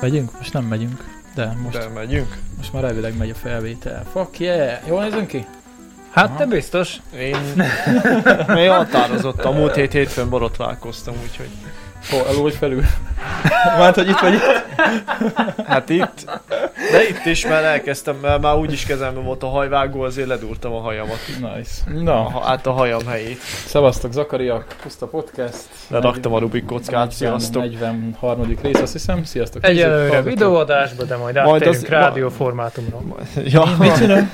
Megyünk? Most nem megyünk. De most, De megyünk. most már elvileg megy a felvétel. Fuck yeah! Jól nézünk ki? Hát Aha. te biztos. Én, én határozottam, múlt hét hétfőn borotválkoztam, úgyhogy Hol, alul vagy felül? Mert hogy itt vagy itt? hát itt, de itt is már elkezdtem, mert már úgyis kezemben volt a hajvágó, azért ledurtam a hajamat. Nice. A, Na, ha- át a hajam helyét. szevasztok Zakariak, puszta podcast. Leraktam a Rubik kockát, a sziasztok. 43. rész, azt hiszem. Sziasztok! Egyelőre nézők, hallgatók. videóadásba, de majd Majd áttérünk az- rádióformátumra. Ja,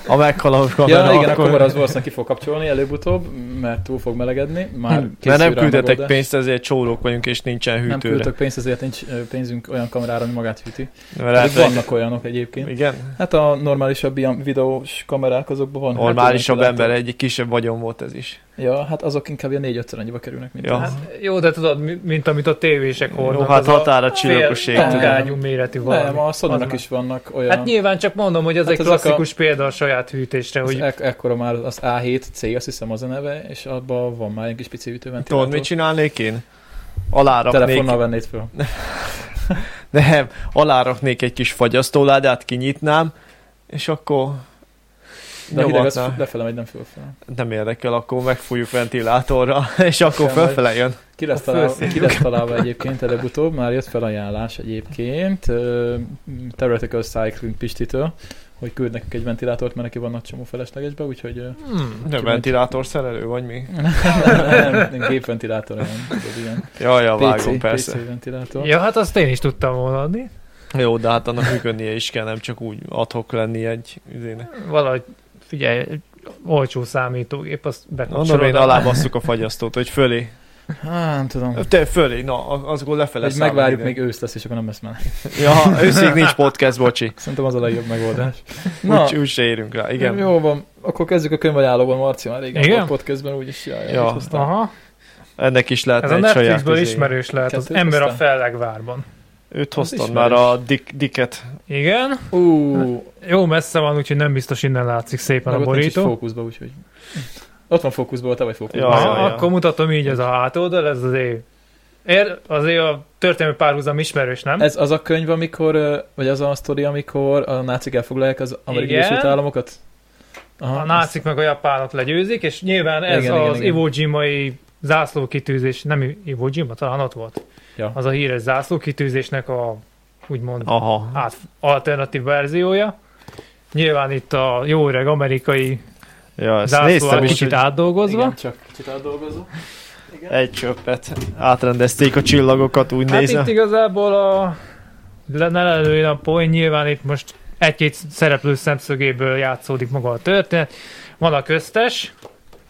a meghaló kamera. Ja, igen, akkor az valószínűleg ki fog kapcsolni előbb-utóbb, mert túl fog melegedni. Hm, Már készül Mert nem rá a küldetek megoldás. pénzt, ezért csórok vagyunk, és nincsen Nem hűtőre. küldtök pénzt, ezért nincs ö, pénzünk olyan kamerára, ami magát hűti. Mert Lehet, elfelejtettem. vannak olyanok egyébként. Igen, Hát a normálisabb ilyen videós kamerák azokban van. normálisabb Hát, ember, egy kisebb vagyon volt ez is. Ja, hát azok inkább ilyen 4 5 annyiba kerülnek, mint Ja. ez. Hát, jó, de tudod, mi- mint amit a tévések hordnak. Jó, hát az a határa fél csillagoség. tudom. tangágyú méretű valami. Nem, a Az sony már- is vannak olyan. Hát nyilván csak mondom, hogy az Hát egy ezek a- e- klasszikus példa a saját hűtésre, hogy... hogy Ek- ekkora már az A7C, azt hiszem az a neve, és abban van már egy kis pici Tudod, ütőventilátor. mit csinálnék én? Aláraknék Telefonnal vennéd föl. Nem, aláraknék egy kis fagyasztóládát, kinyitnám, és akkor De a hideg az nyomatnám. lefele megy, nem fölfele. Nem érdekel, akkor megfújjuk ventilátorra, és akkor Sem baj. fölfele jön. Ki lesz, A találva, felszínük. ki lesz találva egyébként előbb-utóbb, már jött felajánlás egyébként ö, Theoretical Cycling Pistitől, hogy küld nekünk egy ventilátort, mert neki van nagy csomó feleslegesbe, úgyhogy ö, hmm, Nem ventilátor szerelő, vagy mi? nem, nem, nem, gépventilátor, nem, tudod, ilyen Jaj, a vágom, PC, persze. PC ventilátor. Ja, hát azt én is tudtam volna adni. Jó, de hát annak működnie is kell, nem csak úgy adhok lenni egy üzének. Valahogy, figyelj, egy olcsó számítógép, azt Mondom, én bekapcsolod. alá basszuk a fagyasztót, hogy fölé. Hát, nem tudom. Te fölé, na, a- az gól lefele Hogy számol megvárjuk, minden. még ősz lesz, és akkor nem lesz meleg. Ja, őszig nincs podcast, bocsi. Szerintem az a legjobb megoldás. Úgy, úgy se érünk rá, igen. Jó van, akkor kezdjük a könyvajállóban, Marci már régen Igen? volt podcastben, úgyis jaj, Ja. ja. hoztam. Aha, Ennek is ez lehetne a Hát egy saját izé- Netflixből izéje. ismerős lehet, az Kettőt ember a hoztál? fellegvárban. Őt Az hoztad ismerős. már a Dick, Dicket. Igen, Ú, jó messze van, úgyhogy nem biztos innen látszik szépen meg a ott nincs is borító. fókuszba, úgyhogy... Ott van fókuszban, te vagy fókuszban. Ja, Aha, ja, ja. akkor mutatom így ez a hátoldal, ez az év. Ér, azért a történelmi párhuzam ismerős, nem? Ez az a könyv, amikor, ö, vagy az a sztori, amikor a nácik elfoglalják az amerikai Igen. Egyesült Államokat? Aha, a nácik meg a japánok legyőzik, és nyilván ez Igen, igen, igen, az igen. Iwo Jima-i zászlókitűzés, nem I- Iwo Jima, talán ott volt. Ja. Az a híres zászlókitűzésnek a úgymond Aha. át, alternatív verziója. Nyilván itt a jó öreg amerikai Ja, ezt zászló néztem áll is, kicsit hogy átdolgozva. Igen, csak kicsit átdolgozó. Igen. egy csöppet átrendezték a csillagokat, úgy Hát nézem. itt igazából a le- ne lelőjön a poén, nyilván itt most egy-két szereplő szemszögéből játszódik maga a történet. Van a köztes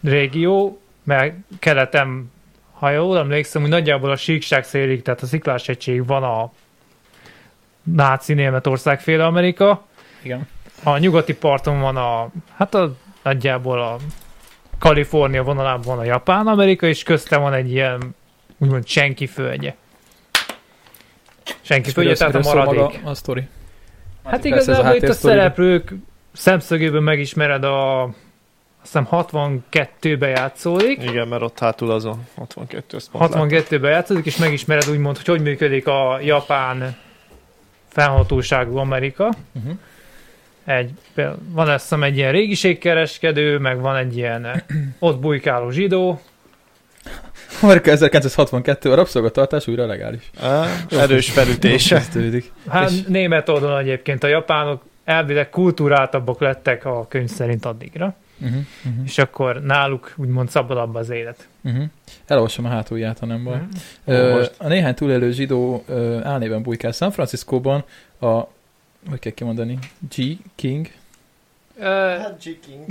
régió, meg keletem, ha jól emlékszem, hogy nagyjából a síkság szélig, tehát a sziklás egység van a náci Németország féle Amerika. Igen. A nyugati parton van a, hát a, nagyjából a Kalifornia vonalában van a Japán-Amerika, és közte van egy ilyen úgymond senki földje. Senki És földje, miről- tehát a miről szól maradék. Maga a sztori. Hát Persze, ez igazából itt a háttérsztori, de- szereplők szemszögéből megismered a azt hiszem 62-be játszódik, Igen, mert ott hátul az a 62 ezt pont láttam. 62-ben játszódik, és megismered úgymond, hogy hogy működik a japán fennhatóságú Amerika. Uh-huh. Egy, például van azt hiszem egy ilyen régiségkereskedő, meg van egy ilyen eh, ott bujkáló zsidó. Amerika 1962, a rabszolgatartás újra legális. Á, Erős felütése. Kezdődik. Hát És- német oldalon egyébként a japánok elvileg kultúráltabbak lettek a könyv szerint addigra, Uh-huh. Uh-huh. és akkor náluk úgymond szabadabb az élet. Uh-huh. Elolvasom a hátulját, ha nem baj. Mhm. Ö, Most. a néhány túlélő zsidó ö, álnéven bujkál San Franciscóban a, hogy kell kimondani, G. King, Ö,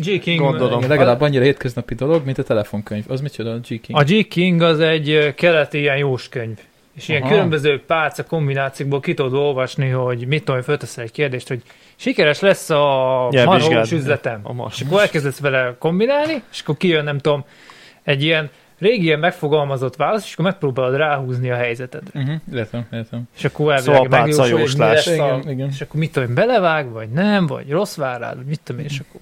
G. King, Gondolom. Igen, legalább annyira hétköznapi dolog, mint a telefonkönyv. Az micsoda a G. King? A G. King az egy ö, keleti ilyen jóskönyv. És ilyen Aha. különböző pálca kombinációkból ki tudod olvasni, hogy mit tudom, fölteszel egy kérdést, hogy sikeres lesz a Nyelvvizsgád. marhós üzletem. A mas. És akkor elkezdesz vele kombinálni, és akkor kijön, nem tudom, egy ilyen régi ilyen megfogalmazott válasz, és akkor megpróbálod ráhúzni a helyzetet. Uh-huh, értem, értem. És akkor elvileg Szóval pálca megjósol, hogy mi jóslás. lesz a- Igen, igen. És akkor mit tudom, én, belevág, vagy nem, vagy rossz vár rád, vagy mit tudom én, és akkor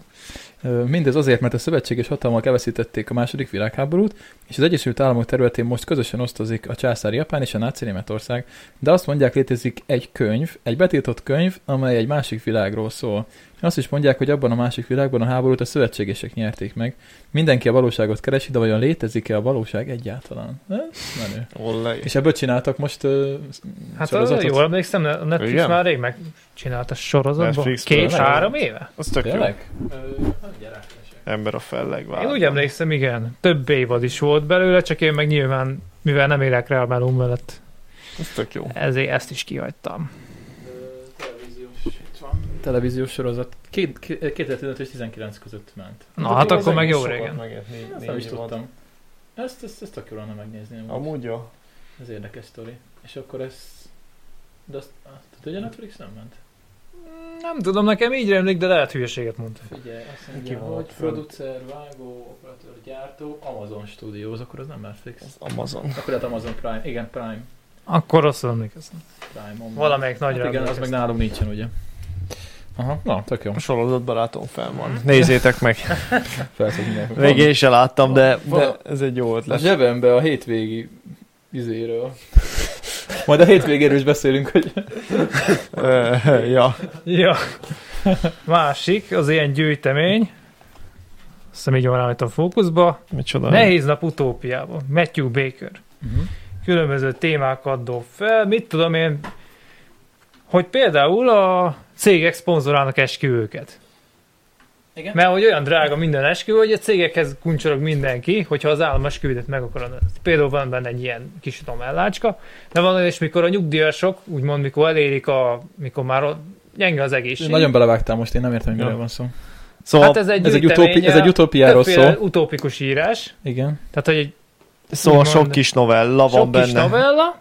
Ö, Mindez azért, mert a szövetséges hatalmak elveszítették a második világháborút, és az Egyesült Államok területén most közösen osztozik a császári Japán és a náci Németország, de azt mondják, létezik egy könyv, egy betiltott könyv, amely egy másik világról szól. Azt is mondják, hogy abban a másik világban a háborút a szövetségesek nyerték meg. Mindenki a valóságot keresi, de vajon létezik-e a valóság egyáltalán? Ez menő. Ollej. És ebből csináltak most uh, Hát a, sorozatot? jól emlékszem, a Netflix Igen? már rég megcsinálta sorozatban. Netflix tényleg? Két-három éve? Az tök jó. Tényleg? Ember a felleg vár. Én úgy emlékszem, igen. Több évad is volt belőle, csak én meg nyilván, mivel nem élek Real Melum mellett, Az tök jó. ezért ezt is kihagytam. Televíziós sorozat. Két- két- 2015 és 19 között ment. Na, De hát az akkor meg egész jó sokat régen. megért, négy- Ezt négy nem is év alatt. tudtam. Ezt, ezt, ezt tök jól lenne megnézni. amúgy. Amúgy jó. Ez érdekes sztori. És akkor ez... De azt, azt tudod, hogy a Netflix nem ment? Nem tudom, nekem így rémlik, de lehet hülyeséget mondta. Figyelj, azt Ki mondja, van hogy ott fönt? producer, vágó, operatőr, gyártó, Amazon Studios, akkor az nem Netflix. Az Amazon. Akkor hát Amazon Prime, igen, Prime. Akkor rosszul emlékeztem. Prime on. Valamelyik hát nagyra igen, az meg nálunk nincsen, ugye? Aha, na, tök jó. A sorozatbarátom fel Mhm. van. Nézzétek meg. Felszed mindenki. Még én se láttam, de, de Van- ez egy jó A ötlet. zsebembe a hétvégi izéről. Majd a hétvégéről is beszélünk, hogy Ö, ja. Ja. Másik, az ilyen gyűjtemény. Azt hiszem így van rajta a fókuszba. Micsoda. Nehéz nap utópiában. Matthew Baker. Mhm. uh-huh. különböző témákat dob fel, mit tudom én, hogy például a cégek szponzorálnak esküvőket. Igen. Mert hogy olyan drága minden esküvő, hogy a cégekhez kuncsorog mindenki, hogyha az állam esküvődet meg akarod. Például van benne egy ilyen kis tomellácska, de van olyan is, mikor a nyugdíjasok, úgymond mikor elérik a, mikor már a, gyenge az egészség. Nagyon belevágtál most, én nem értem, hogy miről Ja. van szó. Szóval, hát ez egy, Ez egy, utópi, gyűjteménye, ez egy utópiáról többféle szól. utópikus írás, Igen. tehát hogy egy szóval úgymond- sok kis novella sok van kis benne. novella,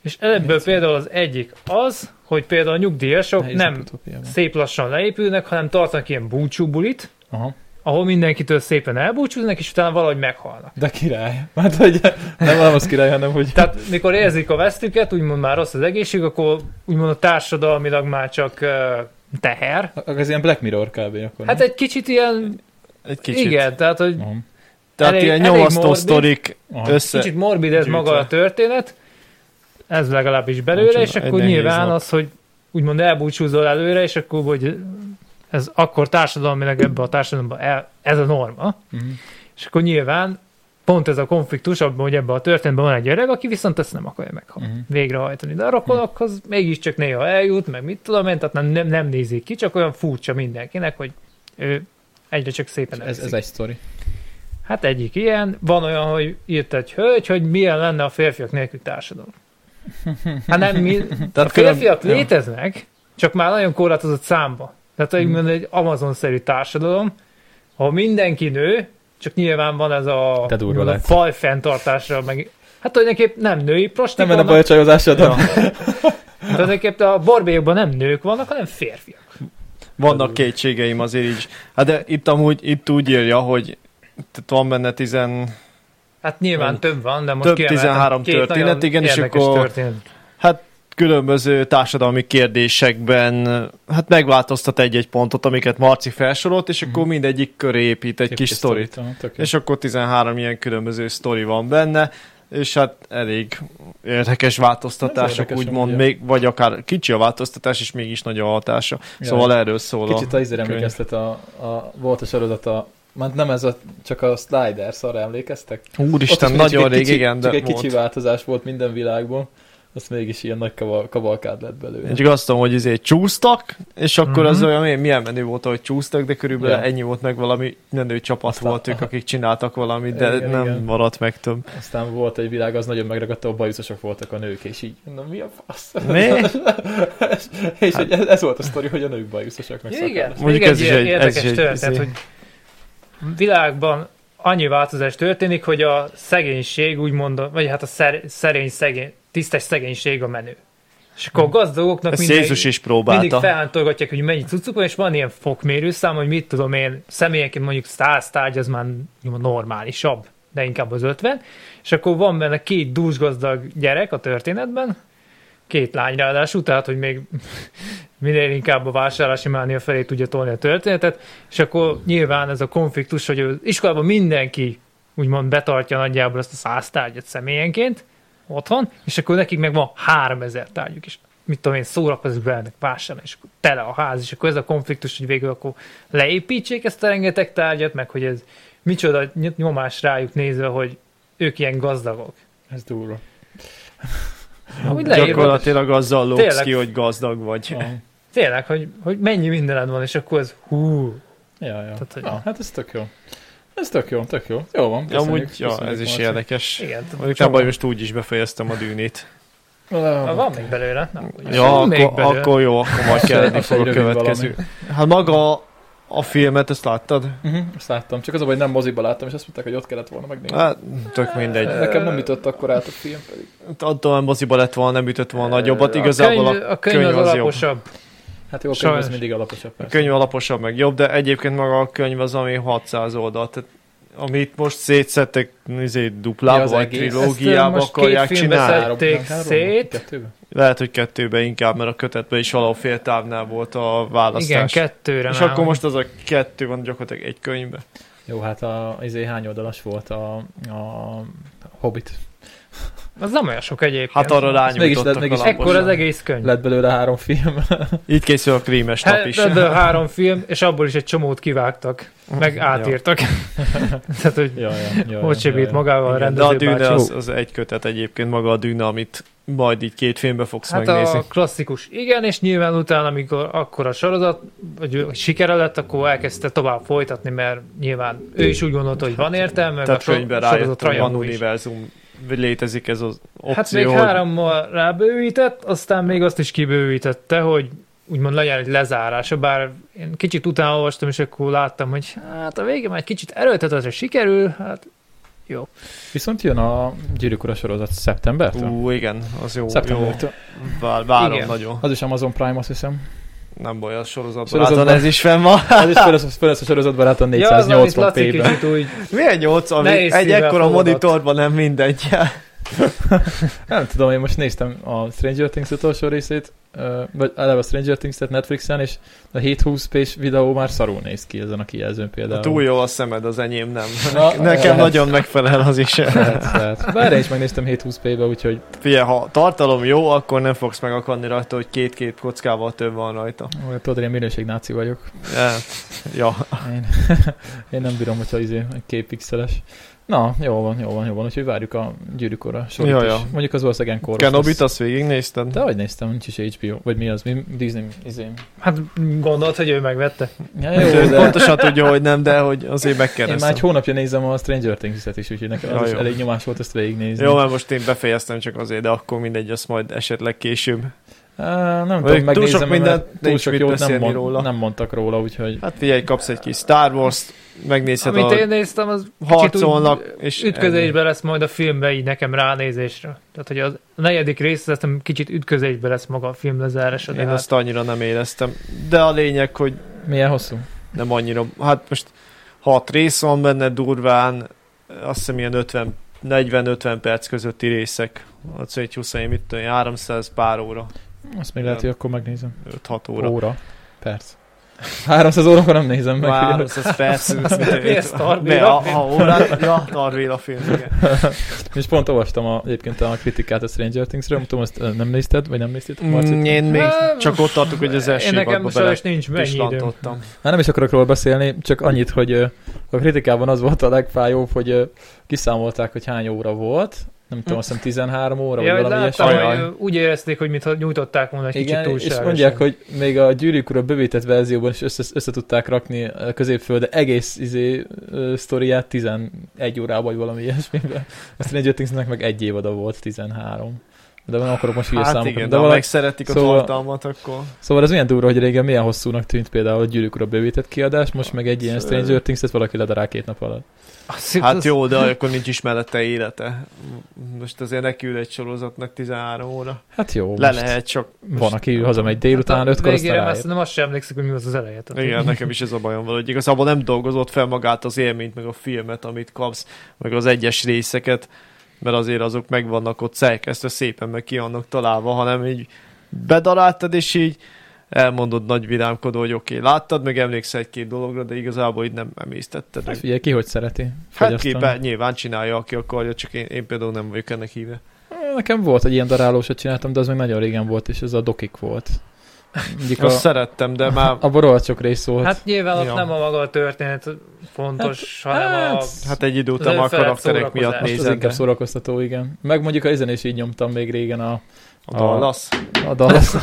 és ebből például az egyik az, hogy például a nyugdíjasok Nehéz nem utópiában. szép lassan leépülnek, hanem tartanak ilyen búcsúbulit, Aha. ahol mindenkitől szépen elbúcsúznak, és utána valahogy meghalnak. De király. Hát, hogy nem, nem az király, hanem hogy... Tehát mikor érzik a vesztüket, úgymond már rossz az egészség, akkor úgymond a társadalmilag már csak ö, teher. Ak- Ez ilyen Black Mirror kb. akkor. Hát egy kicsit ilyen, Egy kicsit. Kicsit. igen, tehát hogy Aha. Tehát Elég- ilyen elég nyomasztó morbid. sztorik Aha. össze... kicsit morbid ez gyűjtve. maga a történet, ez legalábbis belőle, Nincs és oda, egy akkor nehéz nyilván nap. az, hogy úgymond elbúcsúzol előre, és akkor hogy ez akkor társadalmilag ebbe a társadalomba el, ez a norma. Mhm. És akkor nyilván pont ez a konfliktus abban, hogy ebben a történetben van egy öreg, aki viszont ezt nem akarja meg Mhm. végrehajtani. De a rokonokhoz Mhm. mégiscsak néha eljut, meg mit tudom én, tehát nem, nem, nem nézik ki, csak olyan furcsa mindenkinek, hogy ő egyre csak szépen Ez, elviszik. ez egy sztori. Hát egyik ilyen, van olyan, hogy írt egy hölgy, hogy milyen lenne a férfiak nélkül társadalom. Hát nem, mi, a Tehát külön- férfiak ja. léteznek, csak már nagyon korlátozott számba. Tehát Mhm. hogy mondom, egy Amazon-szerű társadalom, ahol mindenki nő, csak nyilván van ez a, Te durva úgymond a látsz. faj fenntartásra, meg hát tulajdonképp nem női prostik Nem menne baj vannak, a csajozással, de... Ja. tulajdonképp a barbélyokban nem nők vannak, hanem férfiak. Vannak kétségeim azért így. Hát de itt amúgy, itt úgy írja, hogy tehát van benne tizen... Hát nyilván Hm. több van, de most Több kiemeltem 13 két nagyon történet, igen, és érdekes akkor- történet. különböző társadalmi kérdésekben hát megváltoztat egy-egy pontot, amiket Marci felsorolt, és Mhm. akkor mindegyik köré épít egy kis sztorit. Aha, tök jó. És akkor 13 ilyen különböző sztori van benne, és hát elég érdekes Ez változtatások, érdekes, úgymond, amúgy, még, vagy akár kicsi a változtatás, és mégis nagy a hatása. Ja. Szóval erről szól a... Kicsit az izére könyv. emlékeztet a, a... Volt a sorozat a... Mert nem ez a... Csak a Sliders, arra emlékeztek? Úristen, Ott is mindig nagyon egy rég, kicsi, igen, de Csak egy kicsi volt. változás volt minden világban. Azt mégis ilyen nagy kaval- kavalkád lett belőle. Én csak azt tudom, hogy izé csúsztak, és akkor az Mhm. olyan, milyen, milyen menő volt, hogy csúsztak, de körülbelül Ja. ennyi volt meg valami menő csapat Aztán- volt ők, akik csináltak valamit, de Igen, nem igen. Hát maradt meg több. Aztán volt egy világ, az nagyon megragadta, a bajuszosok voltak a nők, és így, na mi a fasz? Mi? és és hát. ez volt a sztori, hogy a nők bajuszosok meg Ja, Igen, szakállas. Mondjuk még ez is ilyen egy- ez érdekes is egy- történet, izé. hogy világban annyi változás történik, hogy a szegénység úgymond, vagy hát a szer, szerény szegény, tisztes szegénység a menő. És akkor a gazdagoknak Ezt mindig, Hm. Jézus is mindig próbálta. felhántorgatják, hogy mennyi cuccuk van, és van ilyen fokmérőszám, hogy mit tudom én, személyenként mondjuk 100 tárgy, az már úgymond normálisabb, de inkább az 50. És akkor van benne két dúsgazdag gyerek a történetben, Két lány ráadásul, tehát hogy még minél inkább a vásárlási mánia felé tudja tolni a történetet, és akkor nyilván ez a konfliktus, hogy az iskolában mindenki úgymond betartja nagyjából azt a száz tárgyat személyenként otthon, és akkor nekik meg van 3000 tárgyuk is. Mit tudom én, szórakozik be ennek vásárolni, és akkor tele a ház, és akkor ez a konfliktus, hogy végül akkor leépítsék ezt a rengeteg tárgyat, meg hogy ez micsoda ny- nyomás rájuk nézve, hogy ők ilyen gazdagok. Ez durva. Amúgy leírod, Gyakorlatilag azzal lóksz Tényleg. ki, hogy gazdag vagy. Ah, tényleg, hogy, hogy mennyi mindened van, és akkor ez hú, ja, ja. Tehát, hogy- Ah, hát ez tök jó. Ez tök jó, tök jó. Jó van, Ja, köszönjük. amúgy, ja, köszönjük, ez is Marci. érdekes. igen. Mondjuk csomó. nem baj, most úgy is befejeztem a dűnét. Na, Ah, van még belőle? Na, ugye. Ja, Van még akkor, belőle. akkor jó, akkor majd kelleni Azt fog a egy rövid következő. Hát maga a filmet, ezt láttad? Uh-huh, azt láttam. Csak az a baj, nem moziba láttam, és azt mondták, hogy ott kellett volna megnézni. Hát, tök mindegy. Nekem nem jutott akkor át a film pedig. Attól nem moziba lett volna, nem ütött volna nagyobbat. Igazából a könyv, a könyv az, könyv az jobb. alaposabb. Hát jó, a könyv Sajnos. az mindig alaposabb. A persze. könyv alaposabb, meg jobb, de egyébként maga a könyv az, ami 600 oldal, tehát amit most szétszettek izé, Ja, duplába, az vagy egész. trilógiába Ezt, ö, most akarják két filmbe csinálni. szed- Tették Három, szét. Kettőben? Lehet, hogy kettőbe inkább, mert a kötetben is valahol fél távnál volt a választás. Igen, kettőre És már akkor most az a kettő van gyakorlatilag egy könyvbe. Jó, hát a, izé hány oldalas volt a, a Hobbit. Az nem olyan sok egyébként. Hát arra mégis lett- rányújtottak mégis- Ekkor az alaposan. egész könyv. Lett belőle három film. Így készül a krímes nap Hát, is. de három film, és abból is egy csomót kivágtak, meg átírtak. Tehát, hogy ja, ja, ja, hogy se bírt magával a Igen, De a rendező dűne bácsi. az, az egy kötet egyébként, maga a dűne, amit majd így két filmbe fogsz Hát megnézni. a klasszikus igen, és nyilván utána, amikor akkor a sorozat vagy sikere lett, akkor elkezdte tovább folytatni, mert nyilván ő is úgy gondolta, hogy van értelme, meg a Tehát so- könyvben rájött, sorozat hogy van rajongó is. univerzum, vagy létezik ez az opció, Hát még hogy hárommal rábővített, aztán még azt is kibővítette, hogy úgymond legyen egy lezárása, bár én kicsit utána olvastam, és akkor láttam, hogy hát a végén már egy kicsit erőltetett, hogy sikerül, hát Viszont jön a Gyűrűk Ura sorozat szeptembertől. Ú, igen, az jó, jó. Szeptembertől. Vár, várom Igen. nagyon. Az is Amazon Prime, azt hiszem. Nem baj, a sorozatban Sorozatban. látom, ez is fenn van. Az is föl lesz- föl lesz a sorozatbarát a Ja, az, amit 480 Laci p-ben. kicsit úgy, Milyen nyolc, ami Nehéz egy szívvel ekkora fogadott. monitorban nem mindegy. Nem tudom, én most néztem a Stranger Things utolsó részét, ö, vagy eleve a Stranger Things-et Netflixen, és a 720p-s videó már szarul néz ki ezen a kijelzőn például. Túl jó a szemed, az enyém nem. Na, Nekem lehet. nagyon megfelel az is. Lehet, lehet. Bár én is megnéztem 720p-be, úgyhogy Figyelj, ha tartalom jó, akkor nem fogsz megakadni rajta, hogy két-két kockával több van rajta. ó, hát tudod, én minőségnáci vagyok. Ja. ja. Én, én nem bírom, hogyha izé képixeles. Na, jó van, jó van, jó van, úgyhogy várjuk a gyűrűkora sorot Ja, is. ja. Mondjuk az valószínűleg koros Kenobit lesz. azt végignézted? De hogy néztem, nincs is HBO, vagy mi az, mi Disney, izé. hát gondolt, hogy ő megvette. Ja, Jó, jó, de Pontosan tudja, hogy nem, de hogy azért én már megkérdeztem. egy hónapja nézem a Stranger Things-et is, úgyhogy nekem Ja, az is jó. elég nyomás volt ezt végignézni. Jó, mert most én befejeztem csak azért, de akkor mindegy, azt majd esetleg később. Á, nem Mondjuk tudom, túl megnézem, sok mert mindent túl nincs sok mit jót nem, beszélni mond, róla. nem mondtak róla, úgyhogy Hát figyelj, kapsz egy kis Star Wars-t, megnézed Amit a én néztem, az harcolnak, és ennyi. ütközésben lesz majd a filmbe így nekem ránézésre. Tehát, hogy az a negyedik rész, azt hiszem, kicsit ütközésben lesz maga a film lezárása. de Én hát- azt annyira nem éreztem. De a lényeg, hogy milyen hosszú? nem annyira, hát most hat rész van benne durván, azt hiszem ilyen 50 40-50 perc közötti részek. A egy 20 mit tudom, én, 300 pár óra, Azt még lehet, Nem. hogy akkor megnézem. 5-6 óra. Óra. Óra. Perc. 300 órakor nem nézem meg. Már figyelj. 300 perc. azt mondja, Mi ez, itt- Tarvéla Ne, a, film? a órát, ja, Tarvéla film, igen. És pont olvastam a, egyébként a kritikát a Stranger Things-ről, nem tudom, azt ö, nem nézted, vagy nem néztétek, Marci? Mm, én még Nem. csak ott tartok, hogy az Én első nekem évadba sajnos nincs mennyi időm. beletislantottam. Hát nem is akarok róla beszélni, csak annyit, hogy ö, a kritikában az volt a legfájóbb, hogy ö, kiszámolták, hogy hány óra volt, nem tudom, azt hiszem 13 óra, Ja, vagy hogy valami láttam, ilyesmi. ilyesmi. hogy Ajaj. ö, úgy érezték, hogy mintha nyújtották volna egy kicsit Igen, és túlságosan. mondják, hogy még a gyűrűk ura bővített verzióban is össze, össze tudták rakni a középfölde egész izé, ö, sztoriát 11 órába, vagy valami ilyesmibe. A Stranger Thingsnek meg egy évada volt, 13. De nem akarok most hülye Hát számokra- igen, de de ha valami- megszeretik a Szóval- tartalmat, akkor... Szóval ez milyen durva, hogy régen milyen hosszúnak tűnt például a gyűrűk ura bővített kiadás, most meg egy ilyen Stranger Things, ezt valaki ledarál két nap alatt. Azt, Hát jó, de akkor nincs is mellette élete. Most azért neki ül egy sorozatnak 13 óra. Hát jó, Le most lehet csak. van, aki hazamegy délután, hát a 5-kor, aztán Végére már ráér. szerintem azt sem emlékszik, hogy mi az az eleje. Tehát, Igen, nekem is ez a bajom valahogy. Igazából nem dolgozott fel magát az élményt, meg a filmet, amit kapsz, meg az egyes részeket. mert azért azok megvannak ott szerkesztve szépen, meg ki vannak találva, hanem így bedaráltad, és így elmondod nagy vidámkodó, hogy oké, okay, láttad, meg emlékszel egy-két dologra, de igazából így nem emésztetted. Hát meg. figyelj, ki hogy szereti. Hát Fogyasztom. képen nyilván csinálja, aki akarja, csak én, én például nem vagyok ennek híve. Nekem volt egy ilyen darálósat csináltam, de az még nagyon régen volt, és ez a dokik volt. Egyik Azt a, szerettem, de már a borolhat sok rész volt. Hát, Hát nyilván ott Ja. nem a maga a történet fontos, hát, hanem hát, a... hát, hát egy idő után már a Lőfele karakterek miatt szórakozás. most az nézem. inkább de szórakoztató, igen. Meg mondjuk a ezen is így nyomtam még régen a, A Dallas, a Dallas,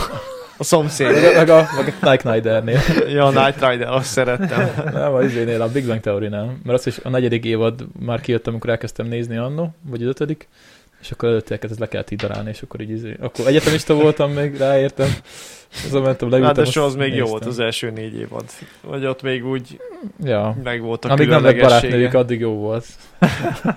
a szomszéd. meg a, meg a Night Snydernél. Ja, a Night Rider, azt szerettem. Nem, az izénél, a Big Bang Theory-nál. Mert az is a negyedik évad már kijött, amikor elkezdtem nézni annó, vagy az ötödik, és akkor előtte elkezdett le kellett így darálni, és akkor így izé. Akkor egyetemista voltam még, ráértem. Azon mentem, leültem. Ráadásul Hát az azt még jó néztem. volt az első négy évad. Vagy ott még úgy Ja. megvolt a Amíg nem lett barátnőjük, különlegessége. addig jó volt.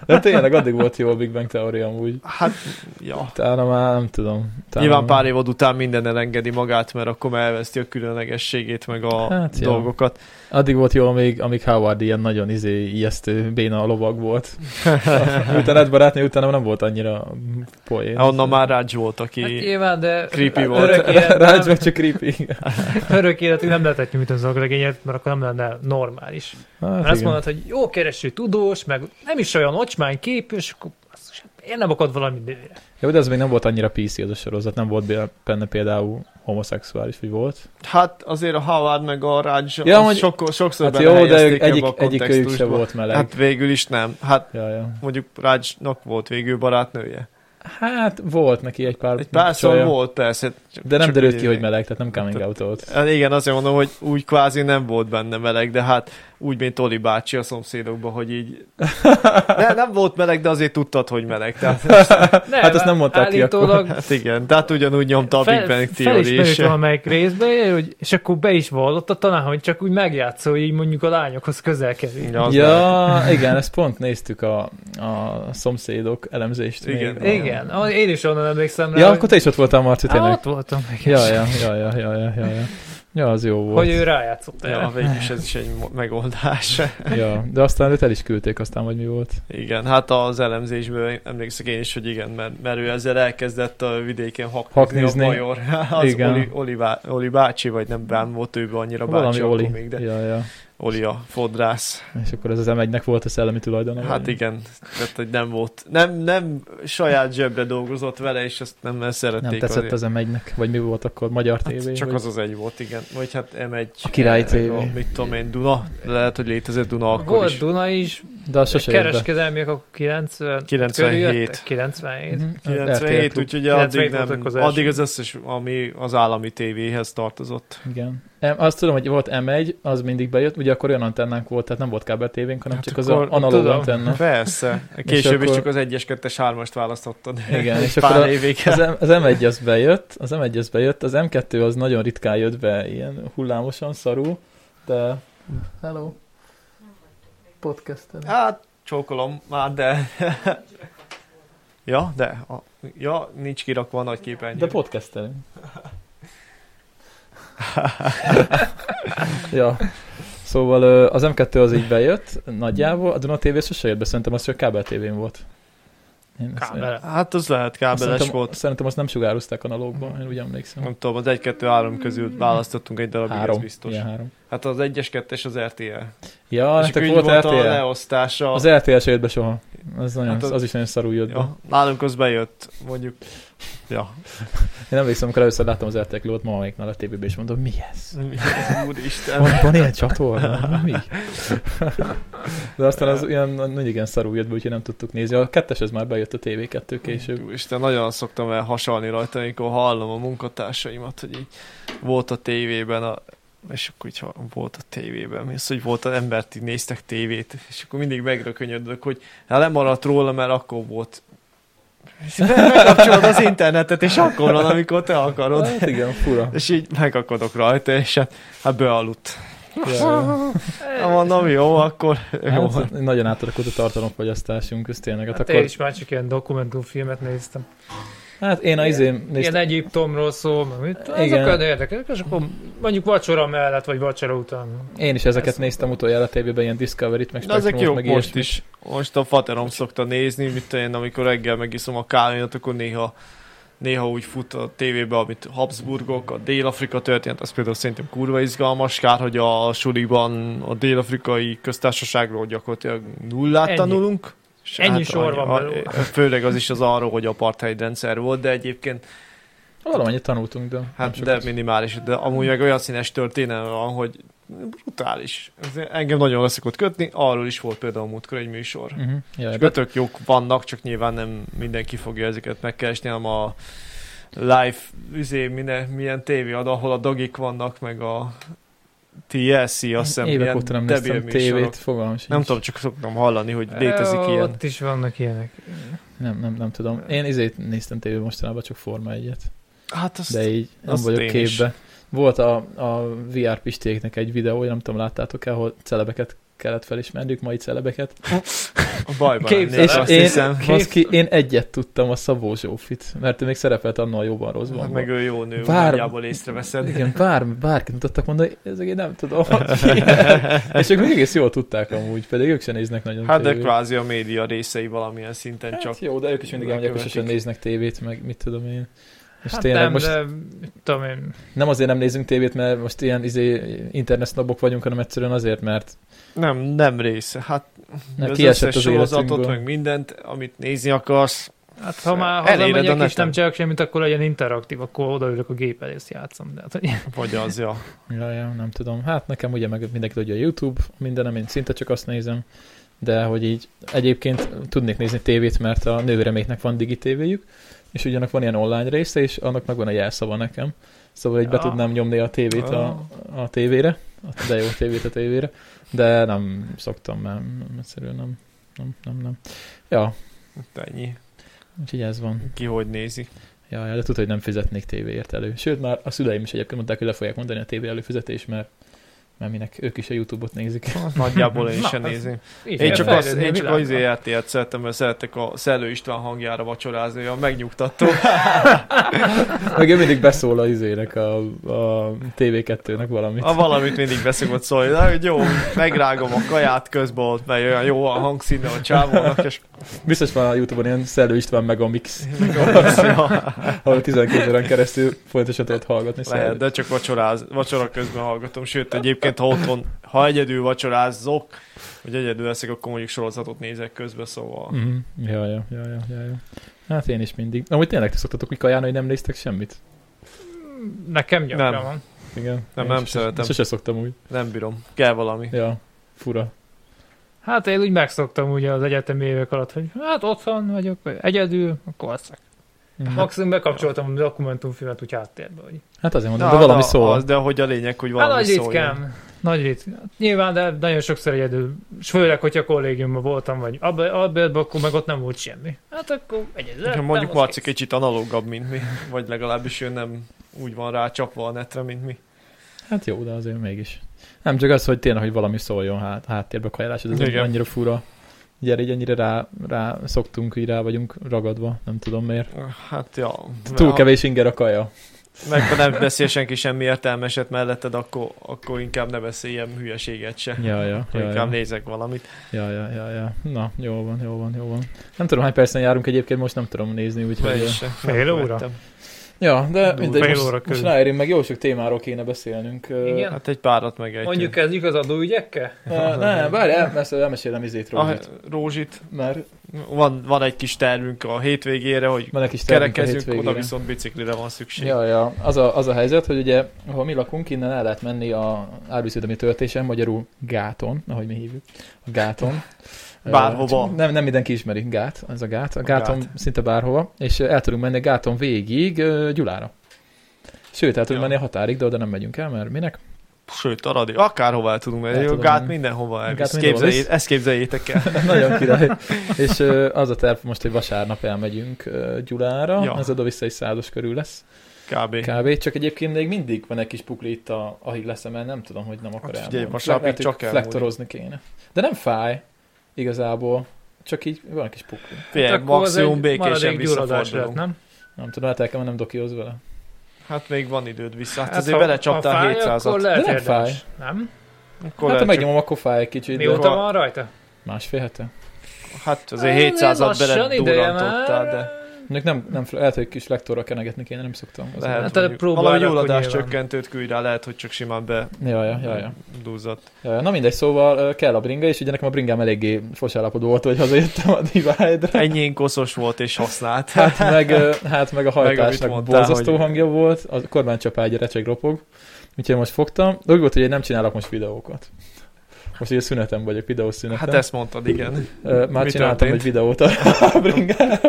De tényleg addig volt jó a Big Bang Theory amúgy. Hát, ja. Utána már nem tudom. Utána Nyilván már- pár évad után minden elengedi magát, mert akkor már elveszti a különlegességét, meg a Hát, hát, ja. dolgokat. Addig volt jó, amíg, amíg Howard ilyen nagyon izé, ijesztő, béna a lovag volt. utána lett barátnő, utána nem volt annyira poén. Ja. Onnan már Rács volt, Hát aki... nyilván, de Creepy volt. örök, életben- Rács meg csak creepy. örök életig nem lehetett nyújtani az agregényet, mert akkor nem lenne normális. Hát, Mert azt igen. mondod, hogy jó kereső tudós, meg nem is olyan ocsmány képű, és akkor basszus, én nem akad valami nőre. Jó, de ez még nem volt annyira PC az a sorozat, nem volt bé- benne például homoszexuális, vagy volt. Hát azért a Howard meg a Rács Ja, ja, hogy- sok, sokszor Hát hát jó, de ők belehelyezték egyik, ebbe a egyik őjük se kontextusba. volt meleg. Hát Hát, végül is nem. Hát ja, ja. mondjuk Rácsnak volt végül barátnője. hát volt neki egy pár Egy pár szó csaja, volt, persze. csak- De nem csak derült úgy ki, hogy érni. meleg, tehát nem coming out volt. Hát igen, azért mondom, hogy úgy kvázi nem volt benne meleg, de hát úgy, mint Oli bácsi a szomszédokban, hogy így... Ne, nem volt meleg, de azért tudtad, hogy meleg. Tehát, Nem, Hát azt nem mondták ki akkor. állítólag hát igen, tehát ugyanúgy nyomta a Big Bang Theory felismerőt is. valamelyik részbe, hogy, és akkor be is vallotta talán, hogy csak úgy megjátszol, így mondjuk a lányokhoz közel kerül. Ja, az lehet. ja, igen, ezt pont néztük a, a szomszédok elemzést. Igen. még. Igen, ah, én is onnan emlékszem rá. Ja, hogy- akkor te is ott voltál, Marci, Á, tényleg. ott voltam meg. Ja, ja, ja, ja, ja, ja, ja, ja. Ja, az jó volt. Hogy ő rájátszott Ja, erre. végülis ez is egy mo- megoldás. Ja, de aztán őt el is küldték, aztán vagy mi volt. Igen, hát az elemzésből emlékszek én is, hogy igen, mert, mert ő ezzel elkezdett a vidéken haknizni Haknizni. a major. Az Igen. igen. Oli, Oli, bá, Oli bácsi, vagy nem bán volt őben annyira Valami bácsi Oli. akkor még, de Ja, ja. Oli a fodrász. És akkor ez az M1-nek volt a szellemi tulajdona. Hát vagy? igen, tehát hogy nem volt, nem, nem saját zsebbe dolgozott vele, és ezt nem szerették. Nem tetszett azért. az M1-nek, vagy mi volt akkor, Magyar TV? Hát, csak vagy- az az egy volt, igen. Vagy hát M1. A Király meg TV. A, mit tudom én, Duna. Lehet, hogy létezett Duna akkor Volt is. Duna is, De az sose jött be. kereskedelmiek akkor 90 körül 97. jöttek, 97. Mhm. RTL 97, Klub. úgyhogy addig 97 nem. voltak az első. Addig az összes, ami az állami tévéhez tartozott. Igen. Em, Azt tudom, hogy volt M1, az mindig bejött, ugye akkor olyan antennánk volt, tehát nem volt kábel tévénk, hanem Hát csak az akkor- a analóg tudom. antenna. Persze. Később is akkor- csak az 1-es, 2-es, 3-ast választottad. Igen, és Pár akkor a- évig. Az, M, az M1 az bejött, az M1 az bejött, az M2 az nagyon ritkán jött be, ilyen hullámosan, szarú, de... Hello. Podcasten. Hát, csókolom már, de... ja, de... A... Ja, nincs kirakva a nagy képernyő. De podcasten. ja. Szóval ö, az M2 az így bejött, nagyjából, a Duna TV sose jött be, szerintem az csak kábel tévén volt. Én ezt- Kábele. Hát az lehet Azt kábeles szerintem, volt. Szerintem azt nem sugározták analógban, én úgy emlékszem. Nem tudom, az 1-2-3 közül választottunk egy darabig, Három. ez biztos. Ilyen három. Hát az 1-es, 2-es az RTL. Ja, és akkor nektek így volt volt a RTL? leosztása. Az RTL se jött be soha. Az, nagyon, Hát az, az- is nagyon szarul jött be. ja, nálunk az bejött, mondjuk. Ja. Én emlékszem, amikor először láttam az RTL klubot, ma amiknál a tévében, és mondom, mi ez? Úristen. Van, van ilyen csatorna? Mi? De aztán az ilyen nagyon igen szarul jött be, úgyhogy nem tudtuk nézni. A kettes ez már bejött a TV2 később. Úristen, nagyon szoktam el hasalni rajta, amikor hallom a munkatársaimat, hogy így volt a tévében a és akkor így ha volt a tévében, és hogy volt az embert, így néztek tévét, és akkor mindig megrökönyödök, hogy hát lemaradt róla, mert akkor volt. És Bekapcsolod az internetet, és akkor van, amikor te akarod. Hát igen, fura. És így megakadok rajta, és hát, hát bealudt. Ja, ja. Hát mondom, jó, akkor jó. Hát, nagyon átalakult a tartalomfogyasztásunk, ez tényleg. Hát Hát én akkor is már csak ilyen dokumentumfilmet néztem. Hát én a izém Ilyen néztem. Egyiptomról szól, meg mit, Igen. azok olyan érdekesek, és akkor mondjuk vacsora mellett, vagy vacsora után. Én is ezeket Ezt- néztem utoljára a tévében, ilyen Discovery-t, meg De ezek Spectrumot, jók meg most ilyesmit. is. Most a faterom szokta nézni, mit tudom én, amikor reggel megiszom a kávémat, akkor néha néha úgy fut a tévébe, amit Habsburgok, a Dél-Afrika történt, az például szerintem kurva izgalmas, kár, hogy a suliban a Dél-Afrikai köztársaságról gyakorlatilag nullát Ennyi. Ennyi. tanulunk. És hát Ennyi sor annyi- van a- belőle. Főleg az is az arról, hogy apartheid rendszer volt, de egyébként Valamennyit tanultunk, de nem Hát de sokat. minimális, de amúgy meg olyan színes történelme van, hogy brutális. Ez engem nagyon leszokott kötni, arról is volt például múltkor egy műsor. Mhm. Jaj, És de... Kötök jók vannak, csak nyilván nem mindenki fogja ezeket megkeresni, hanem a live, üzé, minden, milyen tévéad, ahol a dagik vannak, meg a TLC, azt hiszem, Évek ilyen óta nem debil néztem műsorok. tévét, fogalmam sincs. Nem tudom, csak szoktam hallani, hogy létezik Ö, ilyen. Ott is vannak ilyenek. Nem, nem, nem tudom. Én izét néztem tévében mostanában, csak Forma egyet. Hát azt De így nem azt vagyok én is. képbe. Volt a, a VR Pistéknek egy videója, nem tudom, láttátok-e, ahol celebeket kellett felismernünk, mai celebeket. a bajban Képzeld lennék, és azt én, hiszem. baszki, én egyet tudtam, a Szabó Zsófit, mert ő még szerepelt annál a jobban rosszban. Hát meg ő jó nő, Vár- nagyjából észreveszed. Igen, bár, bárkit tudtak mondani, hogy ezek én nem tudom. és ők még egész jól tudták amúgy, pedig ők sem néznek nagyon Hát de tévét. kvázi a média részei valamilyen szinten Hát csak. jó, de ők is mindig elmondják, hogy követik. sosem néznek tévét, meg mit tudom én. És Hát tényleg nem, most de mit tudom én. nem azért nem nézünk tévét, mert most ilyen izé, internetsznobok vagyunk, hanem egyszerűen azért, mert Nem, nem része. Hát Na, az kiesett összes az sorozatot, életünkből. meg mindent, amit nézni akarsz. Hát ha már Eléred a hazamegyek és neten. nem csinálok semmit, akkor legyen interaktív, akkor odaülök a gép elé, és játszom. De hát, hogy Vagy az, ja. ja, ja, nem tudom. Hát nekem ugye meg mindenki tudja a YouTube, mindenem, én szinte csak azt nézem, de hogy így egyébként tudnék nézni tévét, mert a nővéreméknek van digitévéjük, és ugyanak van ilyen online része, és annak megvan a jelszava nekem. Szóval így be Ja. tudnám nyomni a tévét a, a tévére, a de jó tévét a tévére, de nem szoktam, mert egyszerűen nem, nem, nem, nem. Ja, Hát Ennyi. úgyhogy ez van. Ki hogy nézi. Ja, ja, de tudod, hogy nem fizetnék tévéért elő. Sőt, már a szüleim is egyébként mondták, hogy le fogják mondani a tévé előfizetés, mert, mert minek ők is a YouTube-ot nézik. Nagyjából én Na, sem az- nézem. így Én kell csak, az, fejlődni a én csak világban. az E RTL-t szerettem, mert szeretek a Szellő István hangjára vacsorázni, olyan megnyugtató. Meg ő mindig beszól a izének, a, a TV2-nek valamit. A valamit mindig beszokott szólni, de hogy jó, megrágom a kaját közben ott, mert olyan jó a hangszíne a csávónak, és Biztos van a YouTube-on ilyen Szellő István meg a Mix, ja, ahol 12 órán keresztül folyamatosan tudod hallgatni. lehet, Szellő. de csak vacsoráz, vacsora közben hallgatom, sőt egyébként, ha otthon, ha egyedül vacsorázzok, vagy egyedül leszek, akkor mondjuk sorozatot nézek közben, szóval Mhm. Ja, ja, ja, ja, ja, ja. Hát én is mindig. Amúgy tényleg te szoktatok úgy kajálni, hogy nem néztek semmit? Nekem gyakran Nem. van. Igen. Nem, Én nem sose- szeretem. Sose szoktam úgy. nem bírom, kell valami. Ja, fura. Hát én úgy megszoktam ugye az egyetemi évek alatt, hogy hát otthon vagyok, vagy egyedül, akkor azt Mhm. Maximum bekapcsoltam a dokumentumfilmet úgy háttérbe, hogy Hát azért mondom, Na, de valami na, szól. Az, de hogy a lényeg, hogy Hát valami nagy szóljon. ritkán. Nagy ritkán. Nyilván, de nagyon sokszor egyedül. És főleg, hogyha kollégiumban voltam, vagy abba- albérben, akkor meg ott nem volt semmi. Hát akkor egyedül. Ha nem, Mondjuk az Marci kész. kicsit analógabb, mint mi, vagy legalábbis ő nem úgy van rá csapva a netre, mint mi. Hát jó, de azért mégis. Nem csak az, hogy tényleg, hogy valami szóljon hát, háttérbe kajálás, ez Igen. Igen. annyira fura. Ugye így annyira rá, rá szoktunk, így rá vagyunk ragadva, nem tudom miért. Hát ja. Túl ha- kevés inger a kaja. Meg ha nem beszél senki semmi értelmeset melletted, akkor, akkor inkább ne beszéljem hülyeséget se. Ja, ja, Akkor ja, inkább ja, nézek valamit. ja, ja, ja, ja. Na, jó van, jó van, jó van. Nem tudom, hány percen járunk egyébként, most nem tudom nézni, Be úgyhogy... eh, is se. Fél Nem óra? követtem. Ja, de mindegy, Fél most, óra most körül. ráérünk, meg jó sok témáról kéne beszélnünk. eh, Ö, Igen. Hát egy párat meg egy. Mondjuk kezdjük az adóügyekkel? ö, Nem, eh, várj, el, mert elmesélem izét a, róla. rózsit. Mert Van, van egy kis tervünk a hétvégére, hogy van egy kis tervünk a kerekezünk, oda hétvégére. viszont biciklire van szükség. Ja, ja. Az a, az a helyzet, hogy ugye, ahol mi lakunk, innen el lehet menni a árvízvédelmi töltésen, magyarul gáton, ahogy mi hívjuk, a gáton. Bárhova. Ö, Nem, nem mindenki ismeri gát, ez a gát. A A gáton gát. szinte bárhova, és el tudunk menni a gáton végig ö, Gyulára. Sőt, el tudunk Ja. menni a határig, de oda nem megyünk el, mert minek? Sőt, aradi, akárhova el tudunk menni, El a tudom gát menni. mindenhova elvisz. Gát mindenhova Képzeljé- ezt képzeljétek el. Nagyon király. és ö, az a terv most, hogy vasárnap elmegyünk ö, Gyulára, Ja. ez oda-vissza is százas körül lesz. Kb. Kb. Csak egyébként még mindig van egy kis pukli itt a, a higleszem, mert nem tudom, hogy nem akar Hát figyelj, elmúlni. vasárnapig Lehet, hogy csak elmúlik. Flektorozni kéne. De nem fáj igazából, csak így van egy kis pukli. Figyelj, Hát akkor az maximum egy maradék békésen gyulladás lett, visszafordulunk. nem? Nem tudom, lehet el kell mennem dokihoz vele. Hát még van időd vissza. Hát, ha- azért belecsaptál ha fáj, 700-at. Akkor lehet De nem nem fáj. érdemes. Nem? Akkor Hát ha lehet, megnyomom, akkor fáj egy kicsit. de- Mióta Mikor- van rajta? Másfél hete? csak- hát azért 700-at beledurrantottál, de... Hát, Mondjuk nem, nem, lehet, hogy kis lektorra kenegetni kéne, nem szoktam. Az Lehet, Hát, mondjuk, próbálok, valami hogy jól adás nyilván. csökkentőt küldj rá, lehet, hogy csak simán be Ja, ja, ja, ja. dúzott. Ja, ja. Na mindegy, szóval ö, kell a bringa, és ugye nekem a bringám eléggé fosállapodó volt, hogy hazajöttem a divide Enyhén koszos volt és használt. Hát meg, ö, hát meg a hajtásnak amit mondtál, borzasztó hogy- hangja volt, a kormánycsapá egy recseg ropog, úgyhogy most fogtam. De úgy volt, hogy én nem csinálok most videókat. Most ugye szünetem vagyok, videószünetem. Hát ezt mondtad, igen. Ö, Már mi csináltam történt? egy videót a bringára.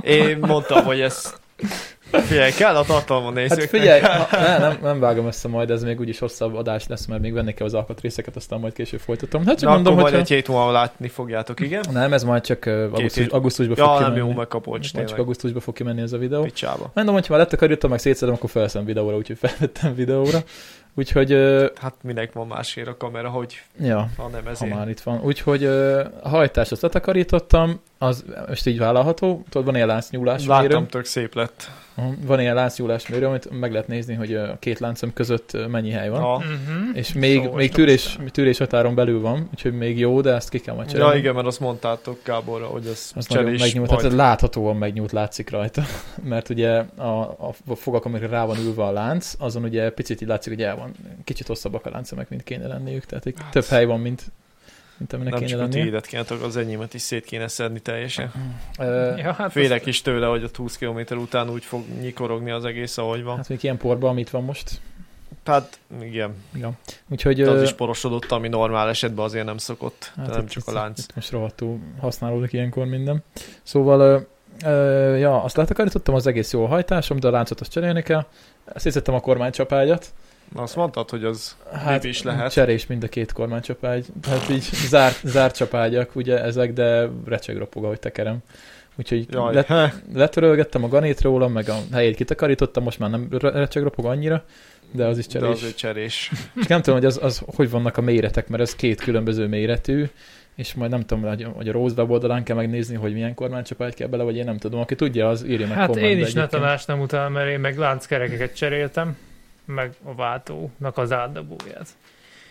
Én mondtam, hogy ez... Figyelj, kell a tartalma Hát nézőknek. figyelj, ha, ne, nem, nem vágom össze majd, ez még úgyis hosszabb adás lesz, mert még venni kell az alkatrészeket, aztán majd később folytatom. Hát csak Na, mondom, akkor hogy... majd egy hét múlva látni fogjátok, igen? Nem, ez majd csak ö, augusztus, hét. augusztusban fog Ja, nem kimenni. jó, meg kapocs, majd csak tényleg. augusztusban fog kimenni ez a videó. Picsába. Mondom, hogyha már letakarítom, meg szétszedem, akkor felveszem videóra, úgyhogy felvettem videóra. Úgyhogy, ö, Hát minek van másért a kamera, hogy ja, ha nem ha ezért. már itt van. Úgyhogy ö, a hajtást azt letakarítottam, az most így vállalható. Tudod, van ilyen láncnyúlás mérőm. Láttam, tök szép lett. Aha, Van ilyen láncnyúlás mérő, amit meg lehet nézni, hogy ö, a két láncem között ö, mennyi hely van. Ha. Mhm. És még, Szóval még csak tűrés, tűrés határon belül van, úgyhogy még jó, de ezt ki kell majd Ja, cserélni. igen, mert azt mondtátok Gáborra, hogy ez Az nagyon cserés megnyúlt, tehát majd. láthatóan megnyúlt látszik rajta, mert ugye a, a fogak, amikre rá van ülve a lánc, azon ugye picit így látszik, hogy el van, kicsit hosszabbak a láncemek, mint kéne lenniük, tehát egy több hely van, mint, mint aminek Hát. Nem kéne csak a lenni. tiédet kéne, az enyémet is szét kéne szedni teljesen. Uh, Ja, hát eh, Félek is tőle, hogy a 20 km után úgy fog nyikorogni az egész, ahogy van. hát még ilyen porba, amit van most. Hát igen, Ja. Úgyhogy... de az ö, hát is porosodott, ami normál esetben azért nem szokott, de nem itt- csak a itt- lánc. Itt most rohadtul használódik ilyenkor minden. Szóval, ö, ö, ja, azt letakarítottam, az egész jó a hajtásom, de a láncot azt cserélni kell. Szétszettem a kormánycsapágyat. Azt mondtad, hogy az Hát, Mib is lehet. Cserés mind a két kormánycsapágy. Hát így zárt, zárt csapágyak, ugye ezek, de recseg ropog, ahogy tekerem. Úgyhogy jaj, let, heh, letörölgettem a ganét róla, meg a helyét kitakarítottam, most már nem re- recseg ropog annyira, de az is de cserés. azért cserés. Csak nem tudom, hogy az, az hogy vannak a méretek, mert ez két különböző méretű, és majd nem tudom, hogy a- hogy a Rose web oldalán kell megnézni, hogy milyen kormánycsapályt kell bele, vagy én nem tudom. Aki tudja, az írja meg Hát kommentbe én is egyébként. netanást nem utálom, mert én meg lánckerekeket cseréltem, meg a váltónak az átdobóját.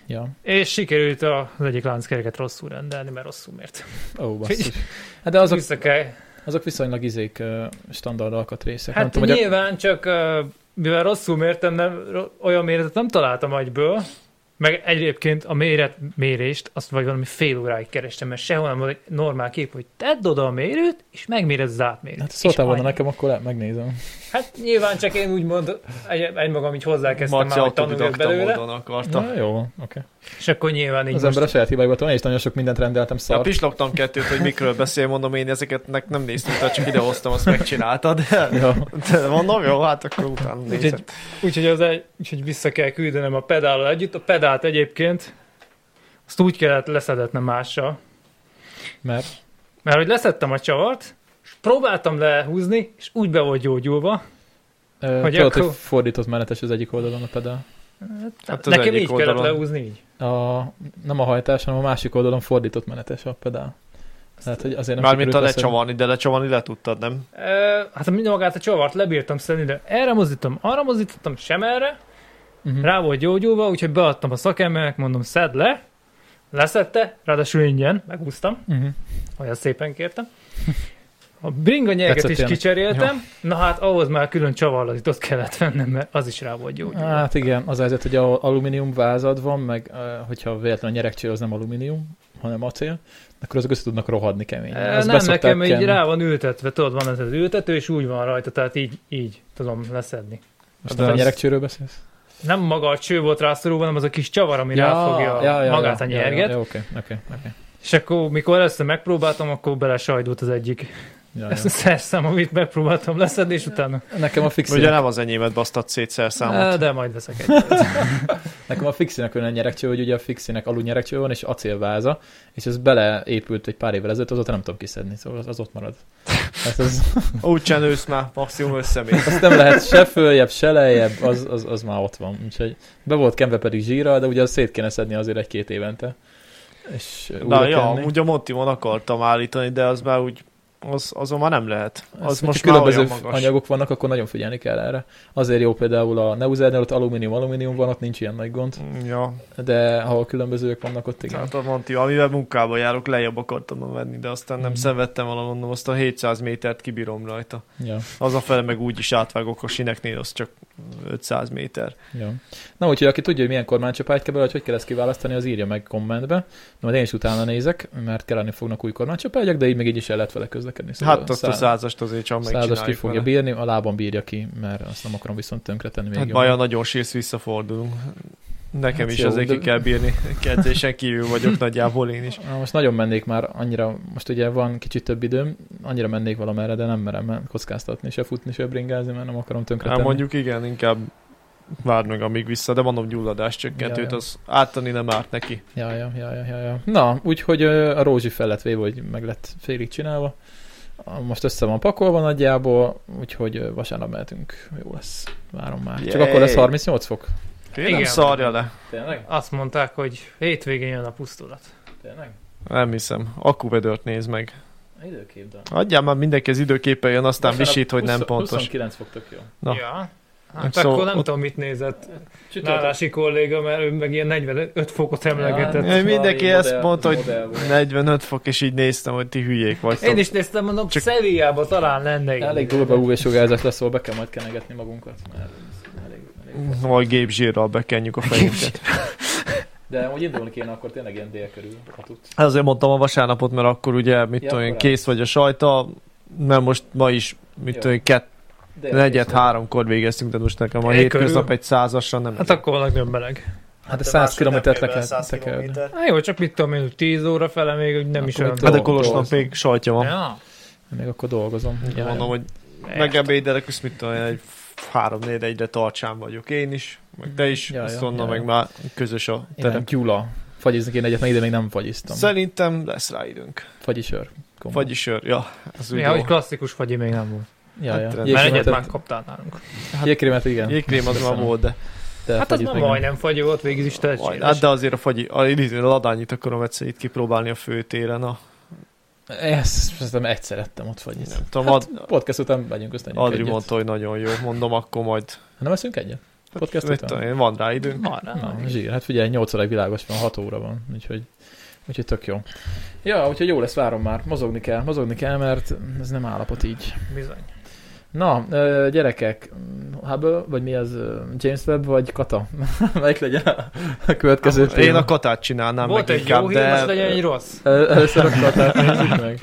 Ja, És sikerült a- az egyik lánckereket rosszul rendelni, mert rosszul mért. ó, basszus. Hát de azok, Vissza kell. azok viszonylag izék ö, standard alkatrészek. Hát nem tudom, hogy a- nyilván csak, ö, mivel rosszul mértem, nem, ro- olyan méretet nem találtam agyből, meg egyébként a méretmérést, azt vagy valami fél óráig kerestem, mert sehol nem volt egy normál kép, hogy tedd oda a mérőt, és megméred az átmérőt. Hát És szóltál volna annyi. nekem, akkor le- megnézem. Hát nyilván csak én úgymond egy, egymagam így hozzákezdtem már, Marci hogy tanuljak autodidakta belőle. módon akarta. Na, jó, oké. Okay. És akkor nyilván így Az most ember a saját hibáiba tudom, én is nagyon sok mindent rendeltem Ja, szart. pislogtam kettőt, hogy mikről beszél, mondom én ezeket nek nem néztem, tehát csak idehoztam, azt megcsináltad. Ja. De mondom, jó, hát akkor utána Úgyhogy, nézed. úgyhogy, az egy, úgyhogy vissza kell küldenem a pedállal együtt. A pedált egyébként azt úgy kellett leszedetnem mással, Mert mert hogy leszedtem a csavart, és próbáltam lehúzni, és úgy be volt gyógyulva. Hát ö, Hogy tudod, akkor- hogy fordított menetes az egyik oldalon a pedál. Hát az Nekem egyik így kellett oldalon. lehúzni így. A, nem a hajtás, hanem a másik oldalon fordított menetes a pedál. Tehát, hogy azért nem Mármint a sikerült leszedni. lecsavarni, de lecsavarni le tudtad, nem? Ö, hát a minden magát a csavart lebírtam szedni, de erre mozdítom, arra mozdítottam, sem erre. Mhm. Rá volt gyógyulva, úgyhogy beadtam a szakembernek, mondom, szed le. Leszedte, ráadásul ingyen, meghúztam. Uh-huh. Olyan szépen kértem. A bringa nyelget Tetszett is ilyen. kicseréltem, na hát ahhoz már külön csavarlatot kellett vennem, mert az is rá volt gyógyulva. Hát igen, az a helyzet, hogy a alumínium vázad van, meg ö, hogyha véletlenül a nyerekcsél az nem alumínium, hanem acél, akkor azok össze tudnak rohadni keményen. E, Azt nem, beszokták nekem így kenni. rá van ültetve, tudod, van ez az ültető, és úgy van rajta, tehát így, így tudom leszedni. Most De nem a az- nyerekcsőről beszélsz? Nem maga a cső volt rászorulva, hanem az a kis csavar, ami ráfogja magát a nyerget. Ja, ja, oké, oké, oké. És akkor, mikor ezt megpróbáltam, akkor bele sajdult az egyik. Ja, Ezt szerszám, amit megpróbáltam leszedni, és utána. ja. Nekem a fixi. Ugye nem az enyémet basztad szét Hát- Számot. szerszámot. De majd veszek egy. Nekem a fixinek olyan nyerekcső, hogy ugye a fixinek alul nyerekcső van, és acélváza, és ez beleépült egy pár évvel ezelőtt, azóta nem tudom kiszedni, szóval az, az ott marad. Hát az, Úgy csenősz már, maximum összemész. azt nem lehet se följebb, se lejjebb, az, az, az már ott van. Úgyhogy be volt kenve pedig zsíra, de ugye azt szét kéne szedni azért egy-két évente. És Na újra ja, kenni. amúgy a Montimon akartam állítani, de az már úgy az, azon már nem lehet. Az Ezt, most hogyha már olyan különböző magas. anyagok vannak, akkor nagyon figyelni kell erre. Azért jó például a Neuzernél, ott alumínium, alumínium van, ott nincs ilyen nagy gond, Mm, Ja, de ha a különbözők vannak, ott igen. Tehát a Monti, amivel munkába járok, lejjebb akartam venni, de aztán nem Mhm. szenvedtem vala, mondom, azt a 700 métert kibírom rajta. Ja, Az a fele meg úgy is átvágok a sineknél, az csak 500 méter. ja. Na úgyhogy aki tudja, hogy milyen kormánycsapályt kell belőle, hogy hogy kell ezt kiválasztani, az írja meg kommentbe. Na, majd én is utána nézek, mert kelleni fognak új kormánycsapágyak, de így még így is el lehet vele közlekedni. szóval Hát azt a szá- százast azért csak százast ki megcsináljuk fogja vele. bírni, a lábam bírja ki, mert azt nem akarom viszont tönkretenni még Hát jobban. baja nagyon sírsz, visszafordulunk. Nekem Hát is jó, azért de- ki kell bírni. Kedzésen kívül vagyok nagyjából én is. Na, Most nagyon mennék már annyira, most ugye van kicsit több időm, annyira mennék valamerre, de nem merem mert kockáztatni, se futni, se bringázni, mert nem akarom tönkre Hát mondjuk igen, inkább várd meg amíg vissza, de mondom gyulladás csökkentőt, Ja, ja. az átani nem árt neki. Ja, ja, ja, ja, ja, ja. Na, úgyhogy ö, a rózsi fel lett véve, hogy meg lett félig csinálva. A- Most össze van pakolva nagyjából, úgyhogy ö, vasárnap mehetünk. Jó lesz. Várom már. Csak Yay! akkor lesz 38 fok. Kérem, Igen. szarja le. Tényleg? Azt mondták, hogy hétvégén jön a pusztulat. Tényleg? Nem hiszem. Akkuvedört nézd meg. Időképben. Adjál már mindenki az időképpen jön, aztán visít, hogy nem pontos. 29 fok tök jó. Na. Ja. Hát Szóval akkor nem ott- tudom, mit nézett Nálási kolléga, mert ő meg ilyen 45 fokot emlegetett. Ja, Jaj, mindenki Modell- ezt mondta, hogy modell volt. 45 fok, és így néztem, hogy ti hülyék vagytok. Én is néztem, mondom, Csak- Csak... Szeviában talán lenne ilyen. Elég durva UV-sugárzás lesz, szóval be kell majd kenegetni magunkat. Mert ez elég, elég. Majd gépzsírral bekenjük a fejünket. De hogy indulni kéne, akkor tényleg ilyen dél körül, ha tudsz. Azért mondtam a vasárnapot, mert akkor ugye, mit Ja, tudom én, akkor kész vagy a sajta, mert most ma is, mit Jó. tudom én, kett, Dél negyed, körül. háromkor végeztünk, de most nekem a Egy hétköznap körül. egy százasra nem. Hát akkor vannak dömbeleg. Hát 100 kilométert le kell tekerni. Hát jó, csak mit tudom én, 10 óra fele még hogy nem Akkor is mit olyan tudom, Hát Dolgozom. a Kolosnak még sajtja van. Ja. Még akkor dolgozom. Ja, mondom, hogy megebédelek, és mit tudom én, egy három négy egyre tartsán vagyok én is, meg te is, Ja, ja, azt ja, onnan ja, meg ja. már közös a Én nem terep. gyula. Fagyizni kéne egyet, mert ide még nem fagyiztam. Szer- Szerintem lesz rá időnk. Fagyisör. Komoly. Vagyis sör, ja, az úgy Ja, hogy jó. klasszikus fagyi még nem volt. Ja, Hát ja. rendben. Mert egyet Jégkrémet- már kaptál nálunk. Jégkrémet, igen. Jégkrém az már Köszönöm. volt, de, De Hát az fagyit nem még nem. majdnem fagy volt, végig is Majd, tehetséges. hát de azért a fagyi, a, a ladányit akarom egyszer itt kipróbálni a főtéren. A, Ezt szerintem egyszer ettem ott fagyit. nem tudom, hát, ad, Podcast után megyünk, aztán egyet. Adri mondta, hogy nagyon jó, mondom, akkor majd. Nem eszünk egyet? Podcast Mit után? tudom én, van rá időnk. Van rá. Na, zsír. Hát figyelj, 8 óráig világos van, 6 óra van, úgyhogy, úgyhogy tök jó. Ja, úgyhogy jó lesz, várom már. Mozogni kell, mozogni kell, mert ez nem állapot így. Bizony. Na, ö, gyerekek, Hubble, vagy mi az, ö, James Webb, vagy Kata? Melyik legyen a következő Én téma? a katát csinálnám Volt meg egy jó inkább, hír, most legyen de egy rossz. Ö, Először a Katát nézzük meg.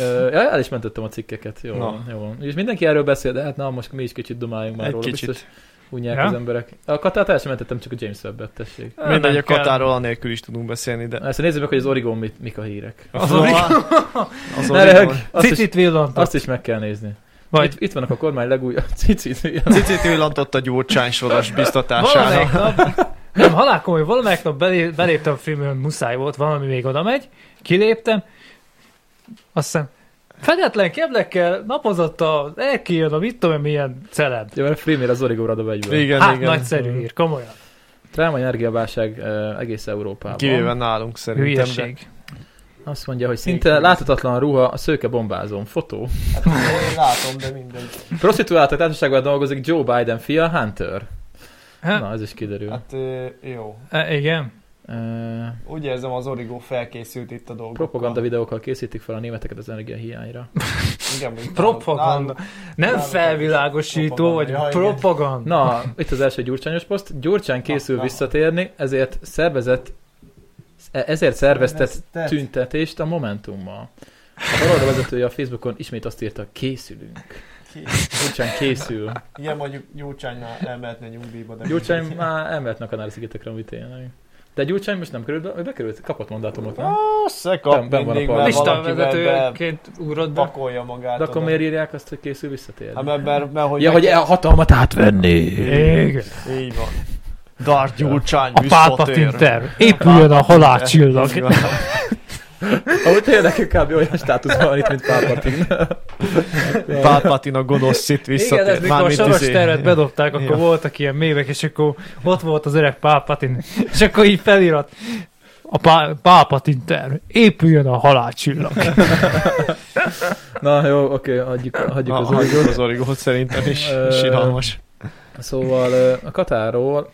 Ö, ja, El is mentettem a cikkeket, jó, Na. van, jó van. És mindenki erről beszél, de hát na, most mi is kicsit dumáljunk már egy róla, biztos kicsit. unják Ja? az emberek. A Katát el sem mentettem, csak a James Webb-et, tessék. Nem Mindegy, a kell. katáról anélkül is tudunk beszélni, de... Ezt nézzük meg, hogy az Origon mit, mik a hírek. Az Origó- Az Ne röhög! origó. Azt is- Cicit villantott. Azt is meg kell nézni. Itt, Vagy itt vannak a kormány legújabb cicit. Cicit villantott a gyurcsány soros biztatására. valamelyik nap, nem, halálkomoly, valamelyik nap belé, beléptem a filmben, muszáj volt, valami még oda megy, kiléptem, azt hiszem, fedetlen keblekkel napozott a, elkijön a mit tudom én milyen celeb. Jó, mert Freemér az Origo Radov egyben. Igen, Hát igen. nagyszerű hír, komolyan. Dráma energiaválság eh, egész Európában. Kivéve nálunk szerintem. de- Hülyeség. Azt mondja, hogy szinte láthatatlan ruha a szőke bombázón. Fotó. Hát, Én látom, de mindegy. Prostituáltak társaságban dolgozik Joe Biden fia, Hunter. Hát, Na, ez is kiderül. Hát ö, jó. e, igen. Eh, Úgy érzem, az origó felkészült itt a dolgokkal. propaganda videókkal készítik fel a németeket az energiahiányra. Igen, mint Propaganda. nálunk. Nem Nálunk felvilágosító, propaganda. vagy Ja, igen. propaganda. Na, itt az első gyurcsányos poszt. Gyurcsán készül Hm. na. visszatérni, ezért szervezett e, ezért szerveztet Te- tüntetést a Momentummal. A baloldal vezetője a Facebookon ismét azt írta, készülünk. Gyurcsány készül. Igen, mondjuk Gyurcsánynál elmehetne nyugdíjba, de... Gyurcsány mindegy. már elmert a Kanári-szigetekre, amit tényleg. De Gyurcsány most nem került, be, ő bekerült, kapott mandátumot, nem? Hát, Persze, Ben- kap ben van a mindig, mert parlament. Lista valakivel be vezetőként ugrott be. pakolja magát. De akkor oda. miért írják azt, hogy készül visszatérni? Hát mert, mert, mert hogy... ja, hogy e- a hatalmat átvenni. Igen. Így van. Dar Gyurcsány A visszatér. pálpatinter. Épüljön a halálcsillag. Így van. Ahogy tényleg kb. olyan státuszban van itt, mint Pálpatin. Pálpatin a gonosz szit visszatér. Igen, ez mikor a Mármint soros izé- tervet bedobták, akkor Ja. voltak ilyen mévek, és akkor ott volt az öreg Pálpatin, és akkor így felirat. A pá- Pálpatin terv. Épüljön a halálcsillag. Na jó, oké, hagyjuk, hagyjuk az Ha- hagyjuk origót. az origót szerintem is Ö, sinalmas. Szóval ö, a Katáról,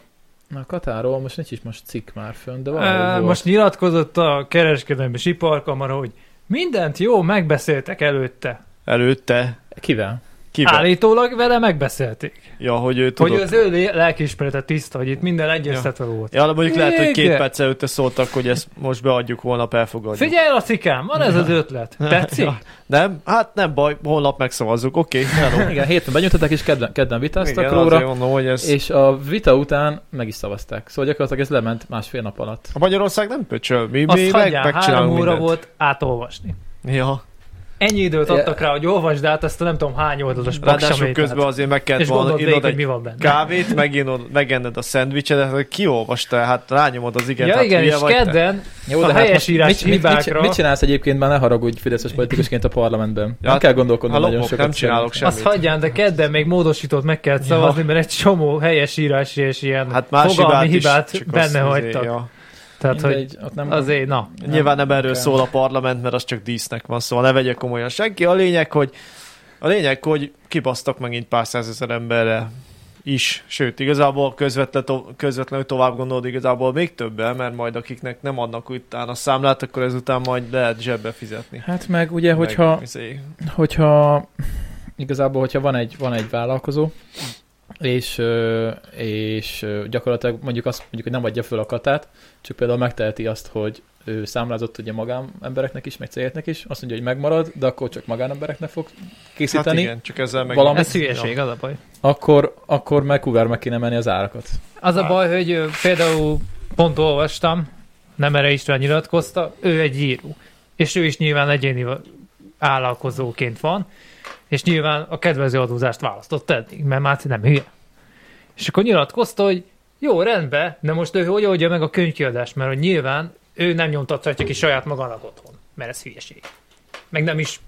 a Katáról most nincs is most cikk már fönn, de valahol Ö, volt. Most nyilatkozott a kereskedelmi és iparkamara, hogy mindent jó megbeszéltek előtte. Előtte Kivel? kivel? Állítólag vele megbeszélték. Ja, hogy ő Tudod. tudott. Hogy az ő lé- lelkiismerete tiszta, hogy itt minden egyeztetve ja. volt. Ja, de mondjuk lehet, hogy két Igen. perc előtte szóltak, hogy ezt most beadjuk, holnap elfogadjuk. Figyelj el a cikám, van ez az ötlet. Tetszik? Ja. Nem? Hát nem baj, holnap megszavazzuk, oké. Okay, Igen, hétfőn benyújtották, és kedden, kedden vitáztak Igen, Igen, róla, azért mondom, hogy ez... és a vita után meg is szavazták. Szóval gyakorlatilag ez lement másfél nap alatt. A Magyarország nem pöcsöl, mi, mi Azt meg, hagyjál, három megcsinálunk óra mindent. volt átolvasni. Ja, Ennyi időt Ja. adtak rá, hogy olvasd át azt a nem tudom hány oldalas ráadásul paksamétát. közben azért meg kellett És volna gondold végig, írnod hogy mi egy van benne. kávét, meginnod, megenned a szendvicsedet, hogy kiolvasta, hát rányomod az igen, Ja hát igen, hülye és vagy te. kedden Jó, A de hát helyes most írás mit, mit, mit, hibákra- mit, csinálsz egyébként már ne haragudj Fideszes politikusként a parlamentben? Ja, nem hát kell gondolkodnom a nagyon lopok sokat. nem csinálok szerintem. Semmit. Azt hagyján, de kedden még módosítót meg kellett szavazni, mert egy csomó helyes írás és ilyen Hát más fogalmi hibát, hibát, is, csak azt benne azért, hagytak. Ja. Tehát, hogy Mindegy, ott nem... azért, na. Nem, Nyilván nem erről kell. szól a parlament, mert az csak dísznek van, szóval ne vegye komolyan senki. A lényeg, hogy, a lényeg, hogy kibasztak megint pár százezer emberre is, sőt, igazából közvetlen, to- közvetlenül tovább gondolod, igazából még többen, mert majd akiknek nem adnak utána számlát, akkor ezután majd lehet zsebbe fizetni. Hát meg ugye, hogyha, Meg, izé, hogyha igazából, hogyha van egy, van egy vállalkozó, és, ö, és ö, gyakorlatilag mondjuk azt mondjuk, hogy nem adja föl a katát, csak például megteheti azt, hogy ő számlázott ugye magánembereknek is, meg cégeknek is, azt mondja, hogy megmarad, de akkor csak magánembereknek fog hát készíteni, igen, csak ezzel meg... valami- Ez hülyeség, az a baj. akkor, akkor meg kurvára meg kéne menni az árakat. Az a baj, hogy ö, például pont olvastam, nem erre István nyilatkozta, ő egy író. És ő is nyilván egyéni vállalkozóként van, és nyilván a kedvező adózást választott eddig, mert már nem hülye. És akkor nyilatkozta, hogy jó, rendben, de most ő hogy oldja meg a könyvkiadást, mert hogy nyilván ő nem nyomtathatja ki saját magának otthon, mert ez hülyeség. Meg nem is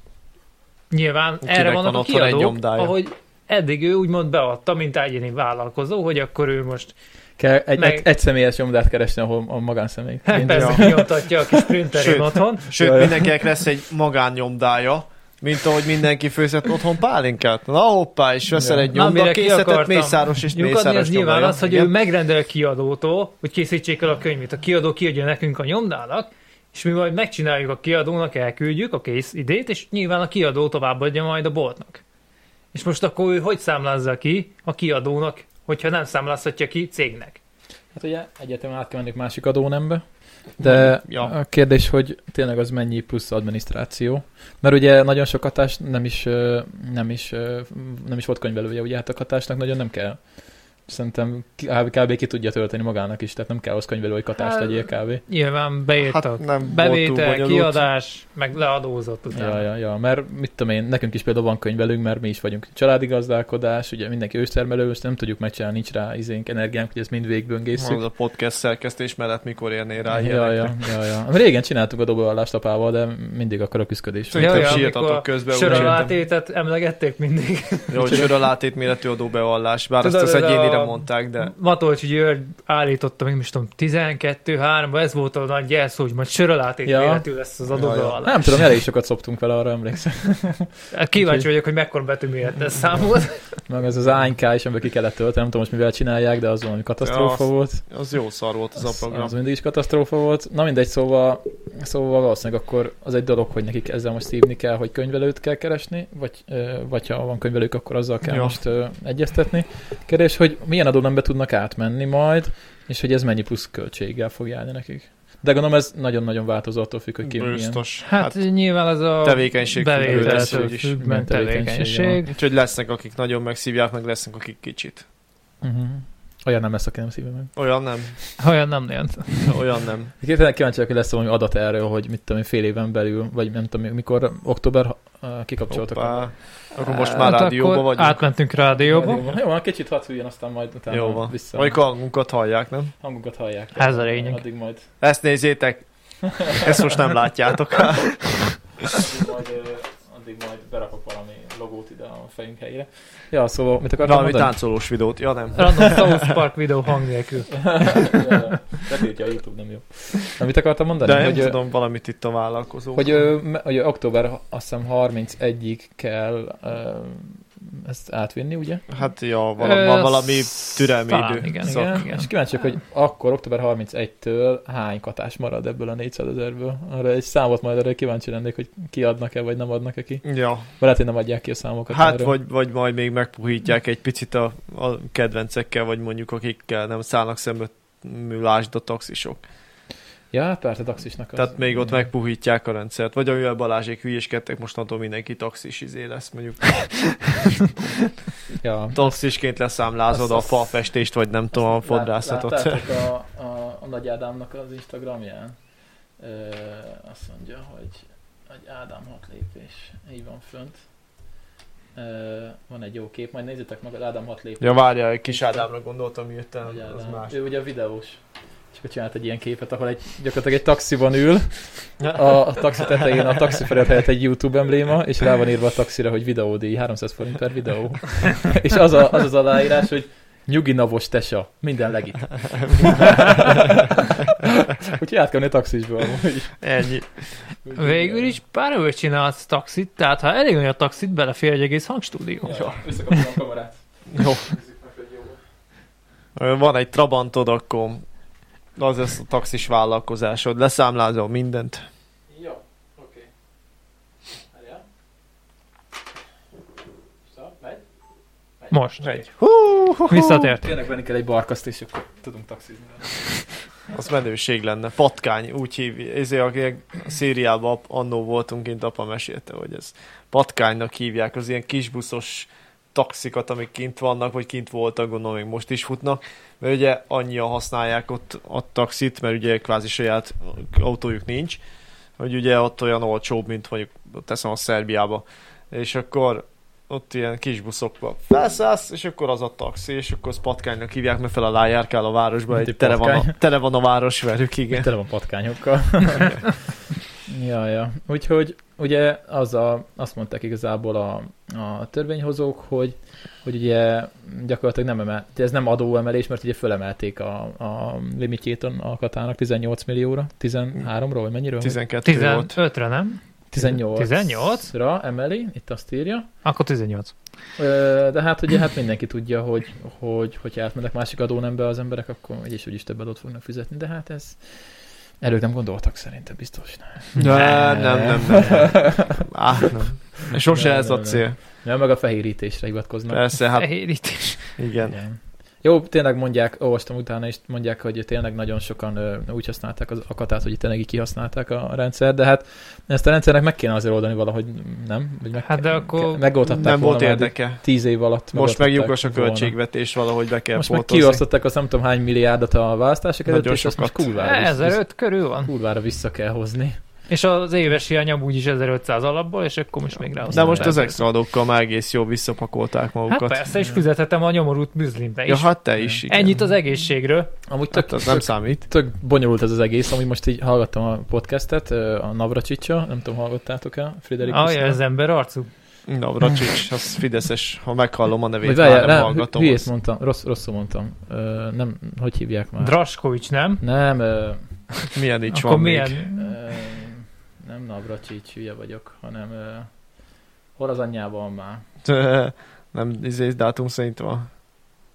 nyilván Kinek erre vannak van a otthon egy kiadók, nyomdája? ahogy eddig ő úgymond beadta, mint egyéni vállalkozó, hogy akkor ő most Kell egy, Meg- egy, egy személyes nyomdát keresni, ahol a magánszemély. Hát persze, kinyomtatja a kis printerén Sőt. otthon. Sőt, Jaj. mindenkinek lesz egy magánnyomdája, mint ahogy mindenki főzhet otthon pálinkát. Na hoppá, és veszel Ja. egy Na, mire ki nyomdakészletet, akartam mészáros és Nyugodni mészáros az nyilván nyomdája. az, hogy Igen. ő megrendel a kiadótól, hogy készítsék el a könyvét. A kiadó kiadja nekünk a nyomdának, és mi majd megcsináljuk a kiadónak, elküldjük a kész idét, és nyilván a kiadó továbbadja majd a boltnak. És most akkor ő hogy számlázza ki a kiadónak, hogyha nem számlázhatja ki cégnek? Hát ugye egyetemen át kell menni másik adónembe, de Ja. ja. a kérdés, hogy tényleg az mennyi plusz adminisztráció. Mert ugye nagyon sok hatás nem is, ö, nem is, ö, nem is volt könyvelője, ugye hát a hatásnak nagyon nem kell. Szerintem ki- kb. ki tudja tölteni magának is, tehát nem kell az könyvelő, hogy katást Hát, legyél kb. Nyilván beírtak. Hát nem volt túl Bevétel, bonyolult. kiadás, meg leadózott utána. Ja, ja, ja, mert mit tudom én, nekünk is például van könyvelünk, mert mi is vagyunk családi gazdálkodás, ugye mindenki őstermelő, ezt nem tudjuk megcsinálni, nincs rá izénk, energiánk, hogy ezt mind végböngészünk. Az a podcast szerkesztés mellett mikor érnél rá Ja, ja, ja, ja. Régen csináltuk a dobóvallást apával, de mindig akkor a küzdködés. Szerintem Szerintem Ja, ja, sírtatok amikor közben. úgy szerintem. Söralátétet emlegették mindig. Jó, hogy sör a látét méretű adóbevallás, bár azt Tudod, az ez a- egyénire mondták, de... Matolcsi György állította, még most tudom, 12-3, ez volt a nagy jelszó, hogy majd sörölátét Ja. ja. méretű lesz az Ja, adóbeállás. Nem tudom, elég sokat szoptunk vele, arra emlékszem. Hát Kíváncsi vagyok, hogy mekkora betűméret ez számolt. Meg ez az ányká is, amiből ki kellett tölteni, nem tudom most mivel csinálják, de az valami katasztrófa Ja, az- volt. Az jó szar volt az a Az, program. az mindig is katasztrófa volt. Na mindegy, szóval, szóval valószínűleg akkor az egy dolog, hogy nekik ezzel most hívni kell, hogy könyvelőt kell keresni, vagy, ö, vagy ha van könyvelők, akkor azzal kell Ja. ja. most ö, egyeztetni. Kérdés, hogy milyen adónembe tudnak átmenni majd, és hogy ez mennyi plusz költséggel fog járni nekik. De gondolom ez nagyon-nagyon változó attól függ, hogy ki milyen. Biztos. Hát, hát nyilván az a tevékenység függő bevételtől lesz úgyis. függ, Milyen meg tevékenység tevékenység. Úgyhogy lesznek, akik nagyon megszívják, meg lesznek, akik kicsit. Uh-huh. Olyan nem lesz, aki nem szívem meg. Olyan nem, Olyan nem nagyon. olyan nem. Tényleg kíváncsi vagyok, hogy lesz valami adat erről, hogy mit tudom én, fél éven belül, vagy nem tudom, mikor október eh, kikapcsoltak. a- Hoppá. Akkor most már rádióba Hát akkor vagyunk. Átmentünk rádióba. Jó, van, kicsit hadd hűljön, aztán majd utána Jó van. vissza. Mondjuk a hangunkat hallják, nem? Hangunkat hallják. Ez a lényeg. Addig majd, Ezt nézzétek! Ezt most nem látjátok. Hát addig majd, eh, addig majd berakok valami logót ide a fejünk helyére. Ja, szóval, mit akartam Valami mondani? táncolós videót. Ja, nem. Random South Park videó hang nélkül. Betiltja a YouTube, nem jó. Na, mit akartam mondani? De nem hogy, ö, tudom, valamit itt a vállalkozó. hogy, ö, me- hogy, ö, október azt hiszem 31-ig kell ö, ezt átvinni, ugye? Hát ja, valami, van Ö, valami sz- türelmi talán idő. Szóval- Igen, Szak. Igen, igen. és kíváncsiak, hogy akkor október 31-től hány katás marad ebből a 400 ezerből. Arra egy számot majd arra kíváncsi lennék, hogy kiadnak-e, vagy nem adnak-e ki. Ja, Vagy lehet, hogy nem adják ki a számokat. hát erről. vagy, vagy majd még megpuhítják egy picit a, a kedvencekkel, vagy mondjuk akikkel nem szállnak szembe, lásd a taxisok. Ja, hát persze, taxisnak. az- Tehát még ott igen. megpuhítják a rendszert. Vagy amivel Balázsék hülyéskedtek, mostantól mindenki taxis izé lesz, mondjuk Ja. taxisként leszámlázod Azt- a azt- falfestést, vagy nem tudom, a fodrászatot. Lát, láttátok a, a, a Nagy Ádámnak az Instagramján? Ö, azt mondja, hogy egy Ádám hat lépés. Így van fönt. Ö, van egy jó kép, majd nézzétek meg az Ádám hat lépés. Ja, várjál, egy kis Ádámra gondoltam, hirtelen, Nagy az Ádám. más. Ő ugye a videós. És akkor csinált egy ilyen képet, ahol egy, gyakorlatilag egy taxiban ül, a, a taxi tetején a taxi felett helyett egy YouTube embléma, és rá van írva a taxira, hogy videódíj, 300 forint per videó. És az a, az, az aláírás, hogy nyugi navos tesa, minden legit. Úgyhogy át kell menni taxisból. amúgy. Ennyi. Úgyhogy Végül igen. is pár ő csinálsz taxit, tehát ha elég nagy a taxit, belefér egy egész hangstúdió. Ja, Visszakapom a kamerát. Jó. Ö, Van egy Trabantod, akkor az lesz a taxis vállalkozásod. Leszámlázol mindent. Jó, oké. Várjál. Stop, megy. Most. Egy. Hú, hú, hú. Visszatért. Tényleg venni kell egy barkaszt, és akkor tudunk taxizni. Az menőség lenne. Patkány, úgy izé, hívják. Ezért, akik Szíriában ap- annó voltunk, kint apa mesélte, hogy ez patkánynak hívják. Az ilyen kisbuszos taxikat, amik kint vannak, vagy kint voltak, gondolom még most is futnak, mert ugye annyian használják ott a taxit, mert ugye kvázi saját autójuk nincs, hogy ugye ott olyan olcsóbb, mint mondjuk teszem a Szerbiába, és akkor ott ilyen kis buszokba felszállsz, és akkor az a taxi, és akkor azt patkánynak hívják, mert fel alá járkál a városba, Mint egy egy tele, van a, patkány. tele van a város velük, igen. Tele van patkányokkal. ja, ja. Úgyhogy ugye az a, azt mondták igazából a, a törvényhozók, hogy, hogy ugye gyakorlatilag nem emel, ugye ez nem adóemelés, mert ugye fölemelték a, a limitjét a katának 18 millióra, 13-ról, vagy mennyiről? 12 volt. 15-re, nem? 18 18? ra emeli, itt azt írja. Akkor 18. Ö, De hát ugye hát mindenki tudja, hogy, hogy hogyha átmennek másik adónembe az emberek, akkor így is úgyis több adót fognak fizetni, de hát ez előbb nem gondoltak szerintem biztos. Nem, nem, nem, nem. nem. Á, nem. Sose Nem, ez a nem, nem. cél. Nem, meg a fehérítésre hivatkoznak. Persze, hát Fehérítés. igen. Igen. Jó, tényleg mondják, olvastam utána, és mondják, hogy tényleg nagyon sokan ö, úgy használták az akatát, hogy tényleg így kihasználták a rendszer, de hát ezt a rendszernek meg kéne azért oldani valahogy, nem? Vagy meg, Hát de akkor megoldhatták Nem volna volt már, de érdeke. Tíz év alatt Most megoldhatták meg lyukas a volna. költségvetés, valahogy be kell Most meg pótolni. kiasztották azt nem tudom hány milliárdot a választások előtt, Nagyon és azt most sokat. kurvára, vissza- 1005 körül van. kurvára vissza kell hozni. És az éves hiányom úgyis 1500 alapból, és akkor most még rá. De most az extra adókkal már egész jól visszapakolták Hát magukat. persze, és fizethetem a nyomorult műzlimbe is. ja, hát te is, igen. Ennyit az egészségről. Amúgy tök, Hát az nem számít. tök bonyolult ez az egész, amúgy most így hallgattam a podcastet, ö, a Navracsicsa, nem tudom, hallgattátok-e? Friderikus. Alja az ember arcú. Navracsics, az fideszes, ha meghallom a nevét, Vagy már várjál, nem nem, hallgatom. hülyét azt. mondtam, rossz, rosszul mondtam. Ö, nem, hogy hívják már? Draskovics, nem? nem, ö, Milyen nincs akkor van milyen? még. ö, nem Navracsics hülye vagyok, hanem ö, hol az anyjában már? Nem, izé, dátum szerint van.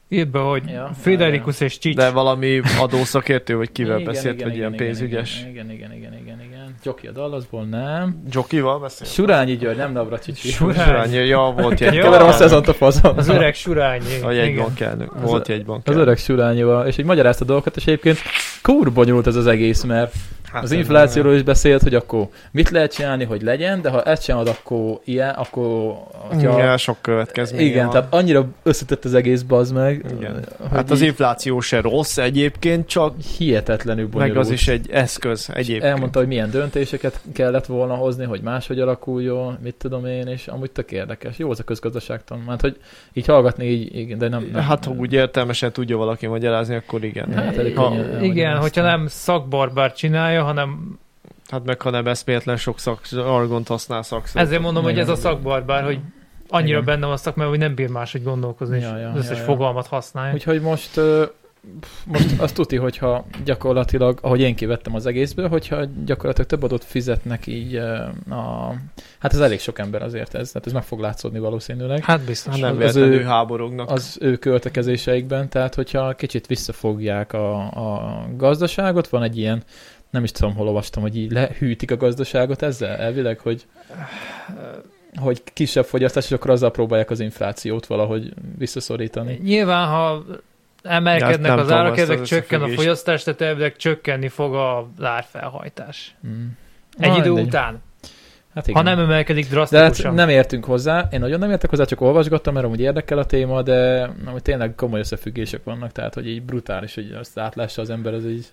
Írd be, hogy Ja. ja, Friderikus és Csics. De valami adószakértő, vagy kivel Igen, beszélt, igen, vagy igen, ilyen igen, pénzügyes. Igen, igen, igen, igen, igen, igen. Joki a Dallasból, nem. Jokival beszélt? Surányi György, nem Navracsics. Surányi. Hát. Surányi, ja, volt egy. Jó. Keverem a szezont a fazon. Az öreg surányi. A Igen. jegybankelnök. Volt Az- jegybankelnök. Az öreg surányival, és így magyarázta a dolgokat, és egyébként kurbonyult ez az egész, mert Hát az nem, inflációról is beszélt, hogy akkor mit lehet csinálni, hogy legyen, de ha ezt csinálod, akkor ilyen, akkor... nem. Ja, sok következménye igen, van. tehát annyira összetett az egész bazd meg, Igen. hogy Hát az infláció se rossz egyébként, csak hihetetlenül bonyolult. meg az is egy eszköz egyébként. Elmondta, hogy milyen döntéseket kellett volna hozni, hogy máshogy alakuljon, mit tudom én, és amúgy tök érdekes. Jó az a közgazdaságtan, mert hogy így hallgatni, így, így de nem... nem Hát, ha úgy értelmesen tudja valaki magyarázni, akkor igen. Hát, elég ha, könnyen. elmondani Igen, ezt. hogyha nem szakbarbár csinálja, hanem Szóval hát meg ha nem eszméletlen sok szak, argont használ szakszó. ezért mondom, hogy ez a Igen. szakbarbár, hogy annyira Igen. Igen. benne hoztak, mert hogy nem bír máshogy gondolkozni, Ja, ja, ja, ja, és az összes ja, ja, ja. fogalmat használja. Úgy, Úgyhogy most, ö, pff, most azt tuti, hogyha gyakorlatilag, ahogy én kivettem az egészből, hogyha gyakorlatilag több adót fizetnek így ö, a... Hát ez elég sok ember azért ez, tehát ez meg fog látszódni valószínűleg. hát biztos. Hát az- nem az véletlenül ő- háborognak. az ő költekezéseikben, tehát hogyha kicsit visszafogják a, a gazdaságot, van egy ilyen, nem is tudom, hol olvastam, hogy így lehűtik a gazdaságot ezzel elvileg, hogy hogy kisebb fogyasztás, és akkor azzal próbálják az inflációt valahogy visszaszorítani. Nyilván, ha Ja, emelkednek nem az tudom, árak, azt az ezek csökken a összefüggést. fogyasztás, tehát elvileg csökkenni fog a lárfelhajtás. Mm. Egy Na, idő mindegy. után, Hát ha nem emelkedik de hát drasztikusan. nem értünk hozzá, én nagyon nem értek hozzá, csak olvasgattam, mert amúgy érdekel a téma, de amúgy tényleg komoly összefüggések vannak, tehát hogy így brutális, hogy azt átlássa az ember, az így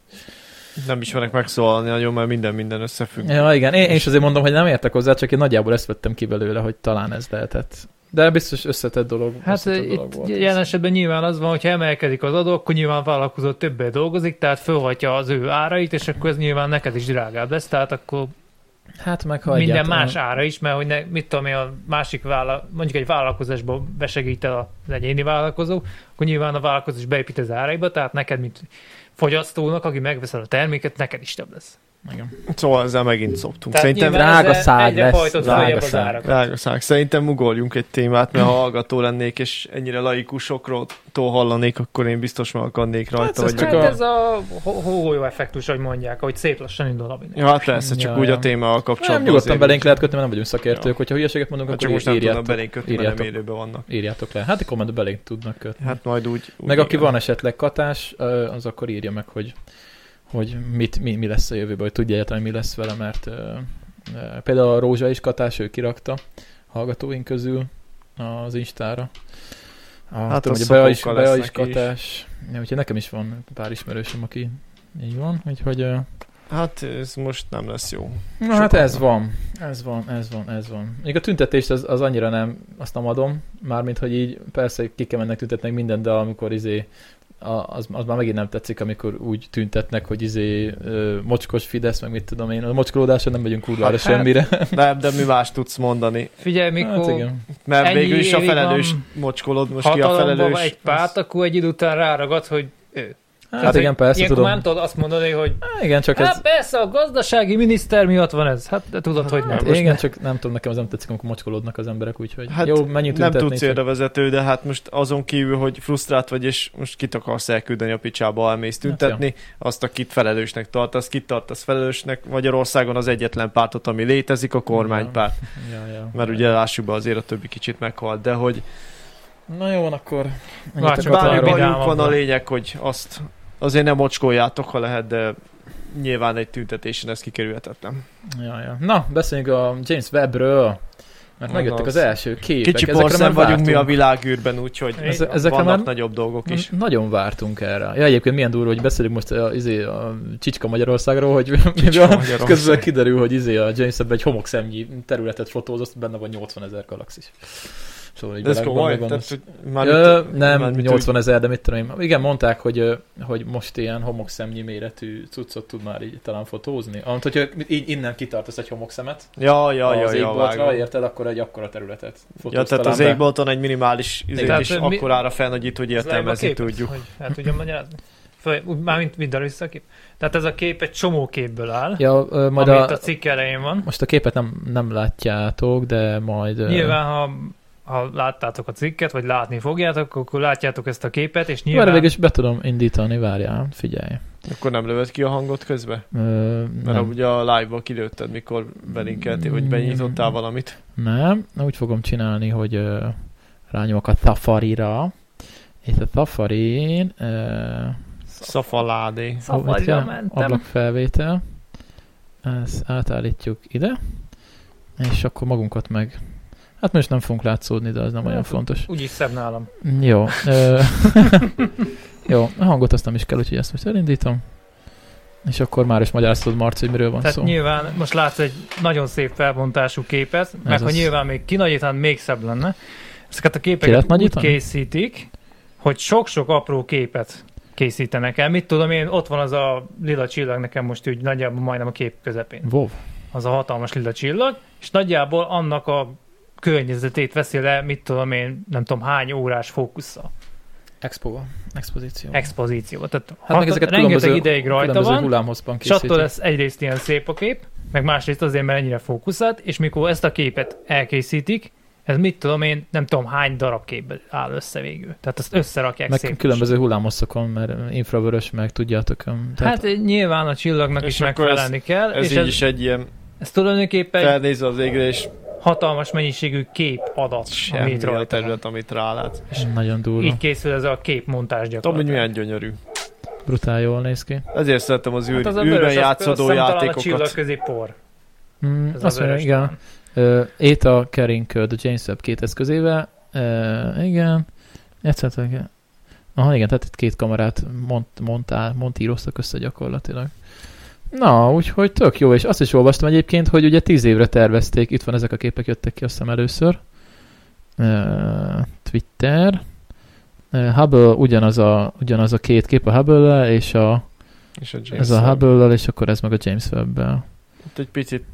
Nem is merek megszólalni nagyon, mert minden minden összefügg. Ja, igen, én, én is azért mondom, hogy nem értek hozzá, csak én nagyjából ezt vettem ki belőle, hogy talán ez lehetett. De biztos összetett dolog, Hát összetett itt volt jelen ez. esetben nyilván az van, hogyha emelkedik az adó, akkor nyilván vállalkozó többé dolgozik, tehát fölhatja az ő árait, és akkor ez nyilván neked is drágább lesz, tehát akkor Hát meg ha Hagyját, minden egyáltalán- más ára is, mert hogy ne, mit tudom én, a másik vála, mondjuk egy vállalkozásba besegít el az egyéni vállalkozó, akkor nyilván a vállalkozás beépít az áraiba, tehát neked, mint fogyasztónak, aki megveszel a terméket, neked is több lesz. Igen. Szóval ezzel megint szoptunk. Tehát Szerintem nyilván drága ezzel szád egyre lesz, hajtott drága följebb az szád. árak. Drágaság, szerintem ugorjunk egy témát, mert ha hallgató lennék, és ennyire laikusokról hallanék, akkor én biztos megakadnék rajta. ez vagy csak Hát meg- a- ez a hó- hógolyó effektus, hogy mondják, hogy szép lassan indul a minden. Ja, hát persze, csak Ja, úgy ja. a témával kapcsolatban. Nem, Hát, nyugodtan azért belénk is. lehet kötni, mert nem vagyunk szakértők, Ja. hogyha hülyeséget mondunk, Hát akkor csak most nem tudnak írjátok, belénk kötni, mert nem írjátok. élőben vannak. írjátok le. Hát a kommentben belénk tudnak kötni. Hát majd úgy. úgy meg aki igen. van esetleg katás, ö, az akkor írja meg, hogy, hogy mit, mi, mi lesz a jövőben, hogy tudja egyáltalán, mi lesz vele, mert ö, ö, például a Rózsa is katás, ő kirakta hallgatóink közül az Instára. A, hát Hát tudom, a hogy a Bea is, szopókkal Bea lesz is neki is. katás. Ja, úgyhogy nekem is van pár ismerősöm, aki így van, úgyhogy ö, Hát ez most nem lesz jó. Na hát Sokat ez van. van, ez van, ez van, ez van. Még a tüntetést az, az annyira nem, azt nem adom, mármint, hogy így persze ki kell mennek tüntetnek mindent, de amikor izé, a- az, az már megint nem tetszik, amikor úgy tüntetnek, hogy izé ö, mocskos Fidesz, meg mit tudom én, a mocskolódáson nem megyünk kurvára hát, Hát- semmire. De, de mi más tudsz mondani? Figyelj, Hát mikor igen. Mert Ennyi végül is a évig felelős van mocskolod, most ki a hatalomban felelős? van egy párt, akkor egy idő után ráragad, hogy Hát, Tehát, igen, hogy persze, ilyenkor tudom. már nem tudod azt mondani, hogy Hát Igen, csak hát ez, persze, a gazdasági miniszter miatt van ez. Hát de tudod, hogy nem. hát, Most igen, csak nem tudom, nekem az nem tetszik, amikor mocskolódnak az emberek, úgyhogy hát, Hát jó, menjünk Nem tüntetni. tudsz csak- érdevezető, de hát most azon kívül, hogy frusztrált vagy, és most kit akarsz elküldeni a picsába, elmész Hát, tüntetni, azt, akit felelősnek tartasz, kit tartasz felelősnek. Magyarországon az egyetlen pártot, ami létezik, a kormánypárt. Ja, ja. Mert ugye lássuk be, azért a többi kicsit meghalt, de hogy Na jó, van, akkor ennyit Látszik, akartam bármi arra erről. bajuk vidámabb van a volt. lényeg, hogy azt azért nem mocskoljátok, ha lehet, de nyilván egy tüntetésen ez kikerülhetetlen. Ja, ja. Na, beszéljünk a James Webbről, mert Na, megjöttek na, az az- első képek. Kicsi Ezekre porszem nem vagyunk mi vártunk. a világűrben, úgyhogy Ez- ezekre vannak már- nagyobb dolgok is. Na- Nagyon vártunk erre. Ja, egyébként milyen durva, hogy beszélünk most a, izé, a Csicska Magyarországról, hogy Magyarország. közben kiderül, hogy izé a James Webb egy homokszemnyi területet fotózott, benne van 80 ezer galaxis. Szóval így De ez belegondolva van komoly? Tehát, az- hogy már Ö, mit- már nem, mit 80 ezer, de mit tudom én. Igen, mondták, hogy, ö, hogy most ilyen homokszemnyi méretű cuccot tud már így talán fotózni. Amint, hogyha így innen kitartasz egy homokszemet, úgy- Ja, ja, ja, az ja, égboltra, vágom. érted, akkor egy akkora területet fotóztál Ja, tehát az be. égbolton egy minimális izét Tehát, is ö, mi- akkorára felnagyít, hogy ez legalább a értelmezni képet, tudjuk. Hogy el tudjam magyarázni. Föl, úgy, mármint minden vissza a kép. Tehát ez a kép egy csomó képből áll, ja, Ja, ö, majd majd amit a... a, a cikk elején van. most a képet nem, nem látjátok, de majd... ö, Nyilván, ha, ha láttátok a cikket, vagy látni fogjátok, akkor látjátok ezt a képet, és Nyilván... nyilván... Várj, is be tudom indítani, várjál, figyelj. Akkor nem lövöd ki a hangot közbe? Ö, Mert nem, ugye a live-ba kilőtted, mikor belinkeltél, vagy Mm. benyitottál valamit. nem, úgy fogom csinálni, hogy ö, rányomok a Safari-ra. Itt a Safari-n... Ö, Szafaládé. hova Safari-ra kell? mentem. Ablakfelvétel. Ezt átállítjuk ide. És akkor magunkat meg... Hát most nem fogunk látszódni, de az nem olyan Hát, fontos. Úgyis szebb nálam. Jó. Ö, jó, a hangot azt nem is kell, úgyhogy ezt most elindítom. És akkor már is magyaráztod, Marci, hogy miről van Tehát szó. nyilván most látsz egy nagyon szép felbontású képet, meg ha az. nyilván még kinagyítanád, még szebb lenne. Ezeket a Ki lehet képeket úgy nagyítani? készítik, hogy sok-sok apró képet készítenek el. Mit tudom én, ott van az a lila csillag nekem most úgy nagyjából majdnem a kép közepén. Wow. Az a hatalmas lila csillag, és nagyjából annak a környezetét veszi le, mit tudom én, nem tudom hány órás fókusza, Expo, expozíció. expozícióba. Tehát hát meg ezeket rengeteg különböző, ideig rajta különböző van, hullámhosszban és attól készítik. lesz egyrészt ilyen szép a kép, meg másrészt azért, mert ennyire fókuszált, és mikor ezt a képet elkészítik, ez mit tudom én, nem tudom hány darab képből áll össze végül. Tehát azt összerakják Meg szépen. különböző hullámhosszokon, mert infravörös, meg tudjátokom. Tehát Hát nyilván a csillagnak És is akkor megfelelni kell, Ez és így ez, is egy ilyen, ez tulajdonképpen egy felnézel az égre, és hatalmas mennyiségű képadat, semmi amit a rajta van. terület, amit rálát. nagyon durva. Így készül ez a Tudom, képmontás hogy gyakorlatilag. milyen gyönyörű. Brutál jól néz ki. Ezért szeretem az, űr, Hát az a űrben vörös, az- azt játszódó hiszem talán A játékokat. csillagközi por. Mm, Ez a azt mondja, vörös igen. talán. Uh, Éta Kering köld a James Webb két eszközével. Uh, igen. Egyszerűen. Aha, igen, tehát itt két kamerát mond, mondtál, montíroztak össze gyakorlatilag. Na, úgyhogy tök jó, és azt is olvastam egyébként, hogy ugye tíz évre tervezték, itt van ezek a képek jöttek ki, azt hiszem először. Uh, Twitter. Uh, Hubble ugyanaz a, ugyanaz a két kép a Hubble-lel, és a, És a James ez a Webb. Hubble-lel, és akkor ez meg a James Webb-el. Itt egy picit,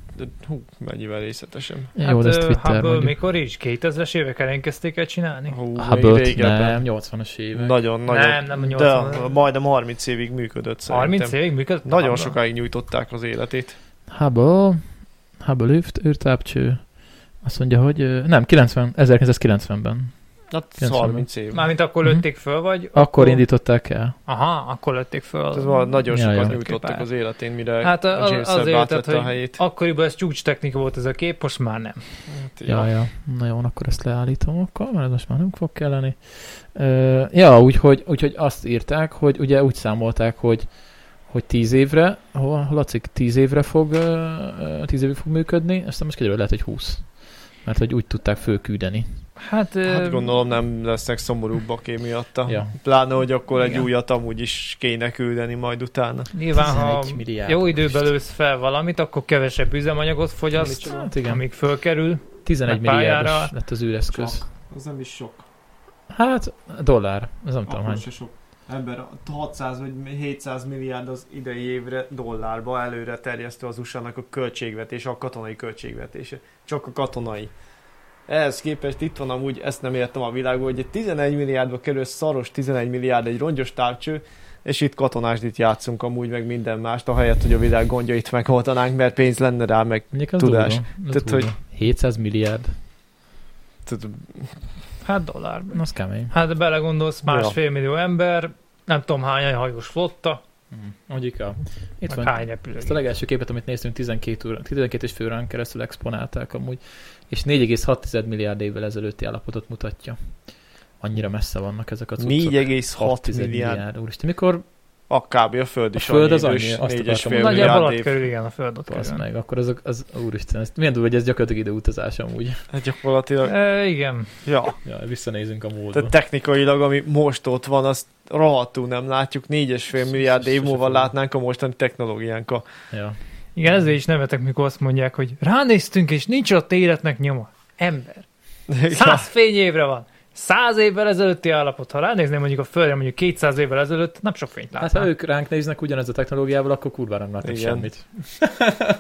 hú, mennyivel részletesen. Jó, hát, ez ö, Twitter. Hubble mondjuk. mikor is? 2000-es évek elején kezdték el csinálni? Hú, A még Hubble-t nem, régebben. 80-as évek. Nagyon, nagyon. Nem, nem a de 80-as. majdnem 30 évig működött szerintem. 30 évig működött? a Nagyon Hubble? sokáig nyújtották az életét. Hubble, Hubble lüft, űrtápcső. Azt mondja, hogy ö, nem, 90, 1990-ben. Hát ez 90-ben. 30 év. Mármint akkor Mhm. lőtték föl, vagy? Akkor indították el. Aha, akkor lőtték föl. Ez van, nagyon Ja, sokat ja. nyújtottak az életén, mire Hát a a- James Webb azért, tehát, átvette a hogy helyét. akkoriban ez csúcs technika volt ez a kép, most már nem. Hát, Ja, ja. ja. Na jó, akkor ezt leállítom akkor, mert ez most már nem fog kelleni. Ö, ja, úgyhogy, úgyhogy azt írták, hogy ugye úgy számolták, hogy hogy 10 évre, hol, Lacik 10 évre fog, ö, ö, 10 évig fog működni, aztán most kiderül, lehet, hogy 20. Mert hogy úgy tudták fölküldeni. Hát, Hát ö, gondolom nem lesznek szomorúbbak én miatta. Ja. Pláne, hogy akkor egy Igen. újat amúgy is kéne küldeni majd utána. nyilván, ha 11 milliárd. jó időben lősz fel valamit, akkor kevesebb üzemanyagot fogyaszt, Micsoda? Hát igen. amíg fölkerül. 11 Meg pályára- milliárdos lett az űreszköz. Az nem is sok. Hát, dollár, az nem tudom, Akkor hogy se sok. Ember 600 vagy 700 milliárd az idei évre dollárba előre terjesztő az USA-nak a költségvetés, a katonai költségvetése. Csak a katonai. Ehhez képest itt van amúgy, ezt nem értem a világban, hogy egy 11 milliárdba kerül szaros 11 milliárd egy rongyos távcső, és itt katonásdit játszunk amúgy meg minden mást, ahelyett, hogy a világ gondjait megoldanánk, mert pénz lenne rá, meg Mondjuk az Tudás. Durva. Tehát, Tehát, hogy 700 milliárd. tudod, Hát dollár. Na, az kemény. Hát belegondolsz, másfél millió ember, nem tudom hány hajós flotta, Mondjuk a... Itt Itt van. meg hány Ezt a repülőgép. legelső képet, amit néztünk, 12, óra, 12 és fő órán keresztül exponálták amúgy, és 4,6 milliárd évvel ezelőtti állapotot mutatja. Annyira messze vannak ezek a cuccok. 4,6 6,1 milliárd. Úristen, mikor A kb. a föld is A föld az annyi annyi, idős, azt 4,5 akartam mondani. Nagyjából milliárd ott év. kerül, igen, a föld ott az kerül. meg, akkor az, az úristen, ez milyen durva, hogy ez gyakorlatilag időutazás amúgy. Hát gyakorlatilag, E, igen. ja. Ja, visszanézünk a múltba. Tehát technikailag, ami most ott van, azt rohadtul nem látjuk. 4,5 milliárd év Sose múlva fogjuk. látnánk a mostani technológiánkkal. Ja. Igen, ezért is nevetek, mikor azt mondják, hogy ránéztünk, és nincs ott életnek nyoma. Ember. Száz fényévre van. Száz évvel ezelőtti állapot. Ha ránézném mondjuk a Földre, mondjuk 200 évvel ezelőtt, nem sok fényt Hát látnám. ha ők ránk néznek ugyanez a technológiával, akkor kurvára nem látnak Igen. semmit.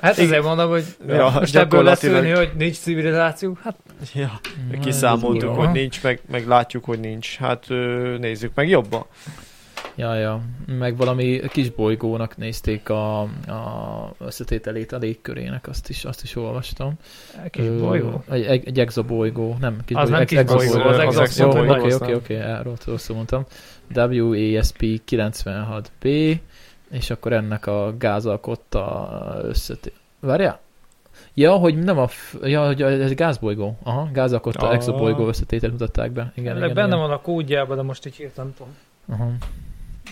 Hát ezért mondom, hogy Ja, most ebből gyakorlatilag- leszülni, hogy nincs civilizáció. Hát Ja, Na, ez kiszámoltuk, durva. hogy nincs, meg, meg látjuk, hogy nincs. Hát ö, nézzük meg jobban. Ja, ja, meg valami kis bolygónak nézték a, a összetételét a légkörének, azt is, azt is olvastam. kis Ö, bolygó. Egy, egy, egy exobolygó, nem kis Az nem kis bolygó, az az exobolygó. exobolygó. Jó, Oké, Az oké, nem. oké, á, rossz- rosszul mondtam. WASP 96B, és akkor ennek a gázalkotta összeté... Várjál? Ja, hogy nem a... F... Ja, hogy ez gázbolygó. Aha, gázalkotta Ah. exobolygó összetételt mutatták be. Igen, De igen, benne igen. van a kódjában, de most így hirtelen nem tudom. Aha.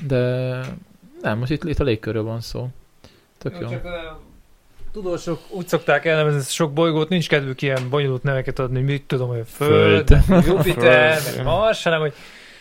De nem, most itt, itt a légkörről van szó. Tök jó. Csak, ö, tudósok úgy szokták elnevezni ezt a sok bolygót, nincs kedvük ilyen bonyolult neveket adni, hogy mit tudom, hogy Föld, Föld. meg Jupiter, Föld. meg Mars, hanem hogy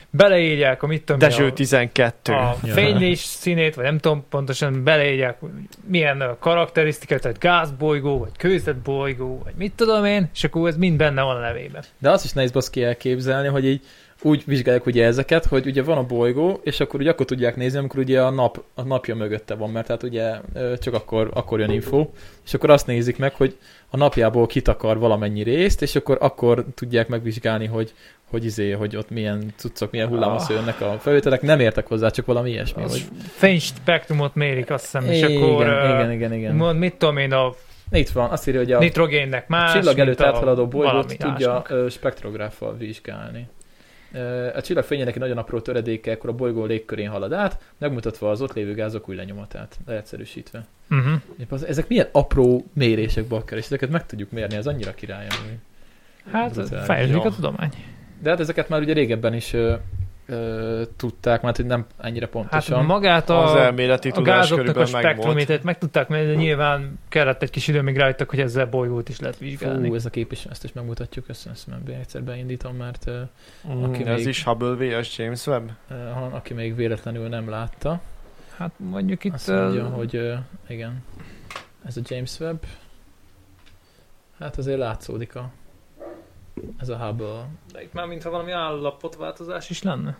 beleírják a mit tudom én, Dezső a, 12. a Ja. fénylés színét, vagy nem tudom pontosan, beleírják hogy milyen ö, karakterisztikát, tehát gázbolygó, vagy kőzetbolygó, vagy mit tudom én, és akkor ez mind benne van a nevében. De azt is nehéz baszki elképzelni, hogy így úgy vizsgálják ugye ezeket, hogy ugye van a bolygó, és akkor ugye akkor tudják nézni, amikor ugye a, nap, a napja mögötte van, mert hát ugye ö, csak akkor, akkor jön info, és akkor azt nézik meg, hogy a napjából kitakar valamennyi részt, és akkor akkor tudják megvizsgálni, hogy hogy izé, hogy ott milyen cuccok, milyen hullámhoz jönnek a felvételek, nem értek hozzá, csak valami ilyesmi. Ah. Az Hogy... fényspektrumot mérik, azt hiszem, és igen, akkor ö, igen, igen, igen. mond, mit tudom én, a Itt van, azt írja, hogy a nitrogénnek a más, csillag előtt mint a áthaladó bolygót valami tudja másnak. ö, spektrográffal vizsgálni. Ö, A csillag fényének egy nagyon apró töredéke, akkor a bolygó légkörén halad át, megmutatva az ott lévő gázok új lenyomatát, leegyszerűsítve. Mhm. Épp az- Ezek milyen apró mérések, bakker, és ezeket meg tudjuk mérni, ez annyira király. Ami. Hát, Ez az fejlődik jó. a tudomány. De hát ezeket már ugye régebben is ö, ö, tudták, mert hogy nem ennyire Hát pontosan. magát az a, elméleti a tudás gázoknak a körülbelül megvolt. spektrumét tehát meg tudták menni, de nyilván kellett egy kis idő, míg rájöttek, hogy ezzel bolygót is lehet vizsgálni. Fú, ez a kép is, ezt is megmutatjuk, ezt, ezt meg egyszer beindítom, mert ö, Mm, Aki ez még- is Hubble vs. James Webb. ö, ha- aki még véletlenül nem látta, Hát mondjuk itt... Azt mondja, ö, hogy ö, igen, ez a James Webb. Hát azért látszódik a, ez a Hubble. De itt már mintha valami állapotváltozás is lenne.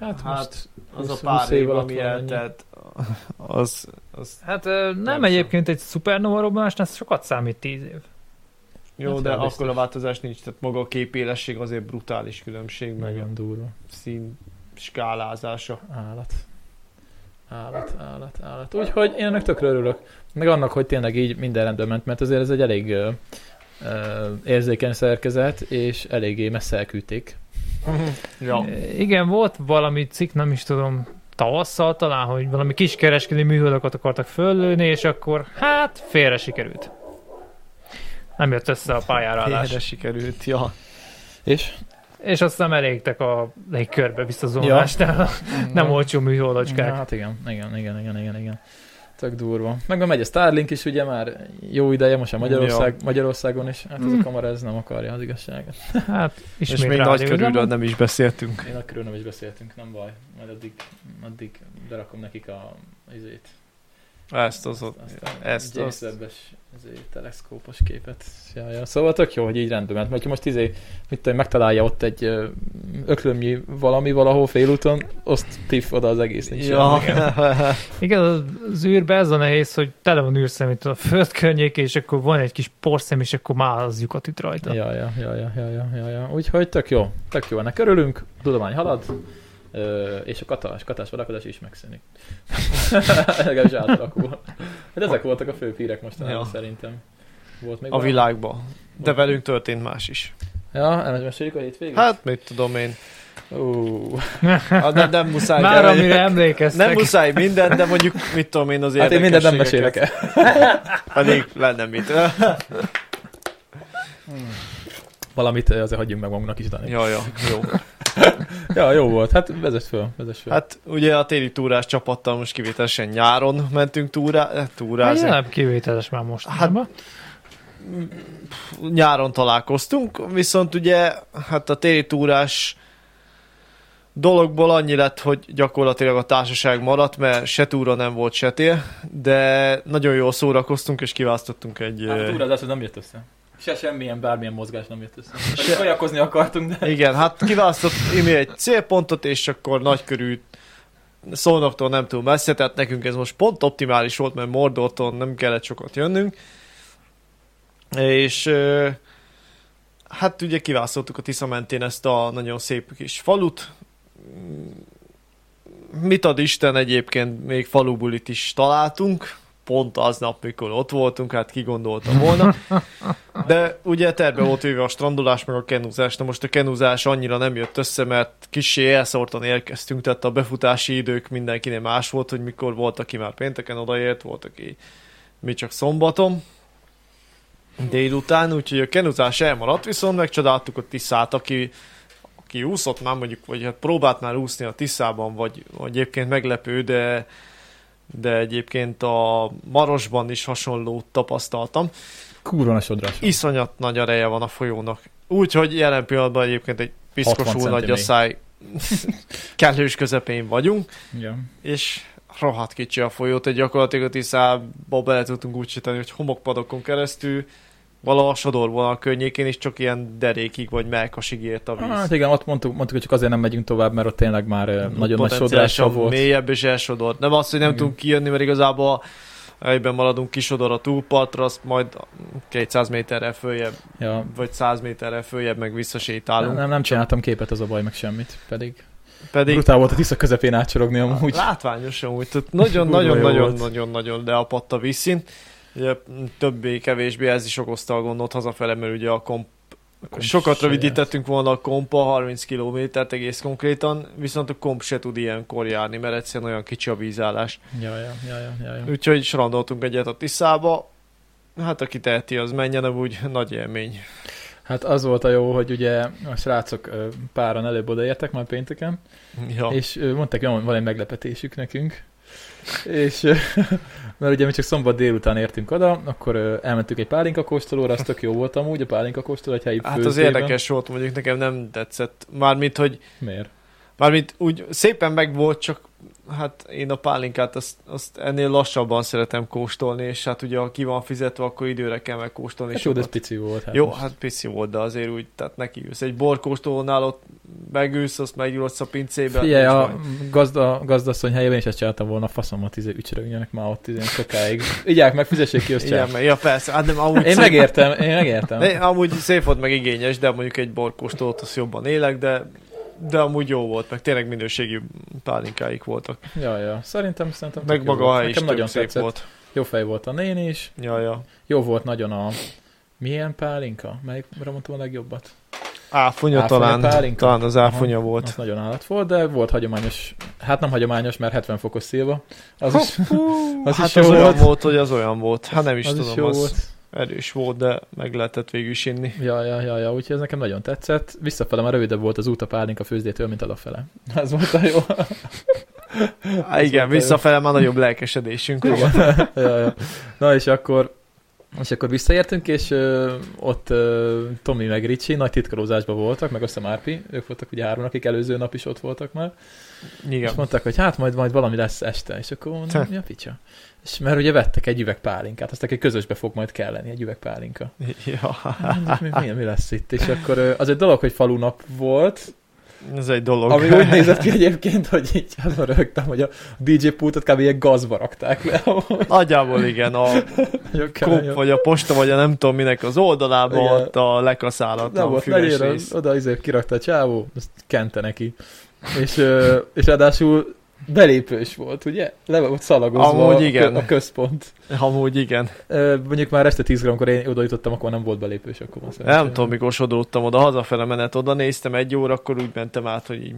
Hát, Hát, Az most a 20 pár év év, alatt ami valamennyi. eltelt, Az, az Hát ö, nem Persze. egyébként egy szupernova robbanásnál ez sokat számít tíz év. jó, Hát de nem akkor biztos. a változás nincs, tehát maga a képélesség azért brutális különbség, meg a nagyon durva. szín skálázása. Állat. Állat, állat, állat. Úgyhogy én ennek tökre örülök. Meg annak, hogy tényleg így minden rendben ment, mert azért ez egy elég ö, ö, érzékeny szerkezet, és eléggé messze elküldték. ja. Ö, Igen, volt valami cikk, nem is tudom, tavasszal talán, hogy valami kiskereskedelmi műholdakat akartak föllőni, és akkor hát félre sikerült. Nem jött össze a pályára Félre sikerült, ja. És? És aztán elégtek a légkörbe visszazónásnál. Ja. nem olcsó műholdacskák. Ja, Hát igen, igen, igen, igen, igen, igen. Tök durva. Meg megy a Starlink is, ugye már jó ideje, most a Magyarország, Magyarországon is. Hát ez Mm. a kamera ez nem akarja az igazságot. Hát ismét És még rádió, nagy körülről nem? nem is beszéltünk. Én a körül nem is beszéltünk, nem baj. Majd addig, addig berakom nekik a izét. Ezt az ott. Aztán ezt, James azt. Webb-es izé, teleszkópos képet. Ja, ja. Szóval tök jó, hogy így rendben ment. Mert ha most izé, mit tudom, megtalálja ott egy ö, öklömnyi valami valahol félúton, azt tiff oda az egész. Nincs Ja. semmi. Igen, az űrbe ez a nehéz, hogy tele van űrszem itt a föld környéke, és akkor van egy kis porszem, és akkor már az lyukat itt rajta. Ja, ja, ja, ja, ja, ja, ja, ja. Úgyhogy tök jó, tök jó, ennek örülünk, a tudomány halad, ö, és a katás, katás vadakodás is megszűnik. Legalábbis átalakul. Hát ezek voltak a fő hírek mostanában Ja. ja. szerintem. Volt még A valami? világban. De velünk történt más is. Ja, elmeséljük a hétvégét? Hát, mit tudom én. Ó, Ah, de nem muszáj. Már de- amire emlékeztek. Nem muszáj mindent, de mondjuk, mit tudom én, az hát én mindent nem mesélek érdekességeket. el. Pedig lenne mit. Valamit ö, azért hagyjunk meg magunknak is, Dani. Ja. Ja, ja, jó. ja, jó volt, hát vezess föl, vezess föl. Hát, Hát ugye a téli túrás csapattal most kivételesen nyáron mentünk túrá, eh, Hát túrázni. nem kivételes már most. Hát, nem? nyáron találkoztunk, viszont ugye hát a téli túrás dologból annyi lett, hogy gyakorlatilag a társaság maradt, mert se túra nem volt, se tél, de nagyon jól szórakoztunk, és kiválasztottunk egy... hát a eh, túrázás az nem jött össze. Se semmilyen, bármilyen mozgás nem jött össze. Se... Kajakozni akartunk, de... Igen, hát kiválasztott Imi egy célpontot, és akkor nagykörű szónoktól nem túl messze, tehát nekünk ez most pont optimális volt, mert Mordorton nem kellett sokat jönnünk. És ö, hát ugye kiválasztottuk a Tisza mentén ezt a nagyon szép kis falut. Mit ad Isten egyébként, még falubulit is találtunk, pont aznap, mikor ott voltunk, hát ki gondolta volna. De ugye terve volt véve a strandolás, meg a kenúzás. Na most a kenúzás annyira nem jött össze, mert kicsi elszórtan érkeztünk, tehát a befutási idők mindenkinél más volt, hogy mikor volt, aki már pénteken odaért, volt, aki mi csak szombaton délután, úgyhogy a kenúzás elmaradt, viszont megcsodáltuk a Tiszát, aki, aki úszott már mondjuk, vagy hát próbált már úszni a Tiszában, vagy, vagy egyébként meglepő, de de egyébként a Marosban is hasonlót tapasztaltam. Kurva a sodrás. Iszonyat nagy ereje van a folyónak. Úgyhogy jelen pillanatban egyébként egy piszkos 60 nagy a centimély. száj kellős közepén vagyunk, Ja. és rohadt kicsi a folyó, tehát gyakorlatilag a Tiszába bele tudtunk úgy sétálni, hogy homokpadokon keresztül Valahol a sodorvonal környékén is csak ilyen derékig vagy melkasig ért a víz. Hát igen, ott mondtuk, mondtuk, hogy csak azért nem megyünk tovább, mert ott tényleg már ö, nagyon nagy sodrása Potenciálisan volt. mélyebb és elsodort. Nem az, hogy nem Igen. tudunk kijönni, mert igazából egyben maradunk kisodor a túlpartra, azt majd 200 méterrel följebb, Ja. vagy 100 méterrel följebb meg Nem, visszasétálunk. nem, nem csináltam képet, az a baj, meg semmit. Pedig, Pedig Pedig... brutál volt a Tisza közepén átsorogni amúgy. Látványosan úgy, tehát Kurva jó volt. nagyon-nagyon-nagyon-nagyon-nagyon leapadt a vízszín. Ugye többé-kevésbé ez is okozta a gondot hazafele, mert ugye a komp komp Sokat se rövidítettünk volna a kompa, 30 kilométert egész konkrétan, viszont a komp se tud ilyenkor járni, mert egyszerűen olyan kicsi a vízállás. Ja, ja, ja, ja, ja, ja. Úgyhogy strandoltunk egyet a Tiszába, hát aki teheti, az menjen, úgy nagy élmény. Hát az volt a jó, hogy ugye a srácok ö, páran előbb odaértek már pénteken, Ja. ja. és ö, mondták, hogy van- van egy meglepetésük nekünk. És ö, mert ugye mi csak szombat délután értünk oda, akkor ö, elmentünk egy pálinka kóstolóra, az tök jó volt amúgy, a pálinka kóstol egy helyi Hát az főzdében. érdekes volt, mondjuk nekem nem tetszett. Mármint, hogy Miért? Mármint úgy szépen meg volt, csak hát én a pálinkát azt, azt ennél lassabban szeretem kóstolni, és hát ugye ha ki van fizetve, akkor időre kell megkóstolni. Hát jó, de ez sokat. pici volt. Hát jó, most. hát pici volt, de azért úgy, tehát neki ülsz. Egy borkóstolónál ott megülsz, azt meggyúlodsz a pincébe. hát Figyelj, nincs a baj. gazda, gazdasszony helyében is ezt csináltam volna, faszomat izé, ücsörögjenek már ott izé, sokáig. Igyák meg, fizessék ki, azt Igen, mert, ja, persze, hát nem, amúgy Én szép- megértem, én megértem. De amúgy szép volt, meg igényes, de mondjuk egy borkóstolót azt jobban élek, de, de amúgy jó volt, meg tényleg minőségi pálinkáik voltak. Ja, ja. Szerintem, szerintem Meg tök jó maga a volt. hely is Nekem nagyon nagyon szép tetszett. volt. Jó fej volt a nén is. Ja, ja. Jó volt nagyon a... Milyen pálinka? Melyikre mondtam a legjobbat? Áfonya, Áfonya talán, pálinka? talán az áfonya volt. Az nagyon állat volt, de volt hagyományos, hát nem hagyományos, mert 70 fokos szilva. Az is, az hát is jó az olyan volt. volt, hogy az olyan volt. Hát nem is Az tudom, is jó az volt. erős volt, de meg lehetett végül is inni. Ja, ja, ja, ja, úgyhogy ez nekem nagyon tetszett. Visszafele már rövidebb volt az út a pálinka főzdétől, mint odafele. Ez volt a jó. Hát igen, volt a jó. visszafele már nagyobb lelkesedésünk volt. ja, ja. Na és akkor és akkor visszaértünk, és ö, ott ö, Tomi meg Ricsi nagy titkolózásban voltak, meg azt hiszem Árpi, ők voltak ugye három, akik előző nap is ott voltak már, és Igen. mondták, hogy hát majd, majd valami lesz este, és akkor mondom, Te. mi a picsa? És mert ugye vettek egy üveg pálinkát, aztán egy közösbe fog majd kelleni, egy üveg pálinka. Ja. Mondjuk, Mi, mi, mi, lesz itt? És akkor ö, az egy dolog, hogy falunap volt, Ez egy dolog. ami úgy nézett ki egyébként, hogy így azon rögtem, hogy a DJ pultot kb. ilyen gazba rakták le. amúgy. Nagyjából igen, a Nagyon kemény kup, volt. vagy a posta, vagy a nem tudom minek az oldalában Igen. ott a lekaszálatlan Nem a volt füves legyél, rész. oda izé kirakta a csávó, azt kente neki. És, ö, és ráadásul belépős volt, ugye? Le volt szalagozva Amúgy a, igen. a központ. Amúgy igen. Ö, mondjuk már este 10 gramkor én oda jutottam, akkor nem volt belépős. Akkor már Nem szerencsére. tudom, mikor sodródtam oda, hazafele menet oda, néztem egy óra, akkor úgy mentem át, hogy így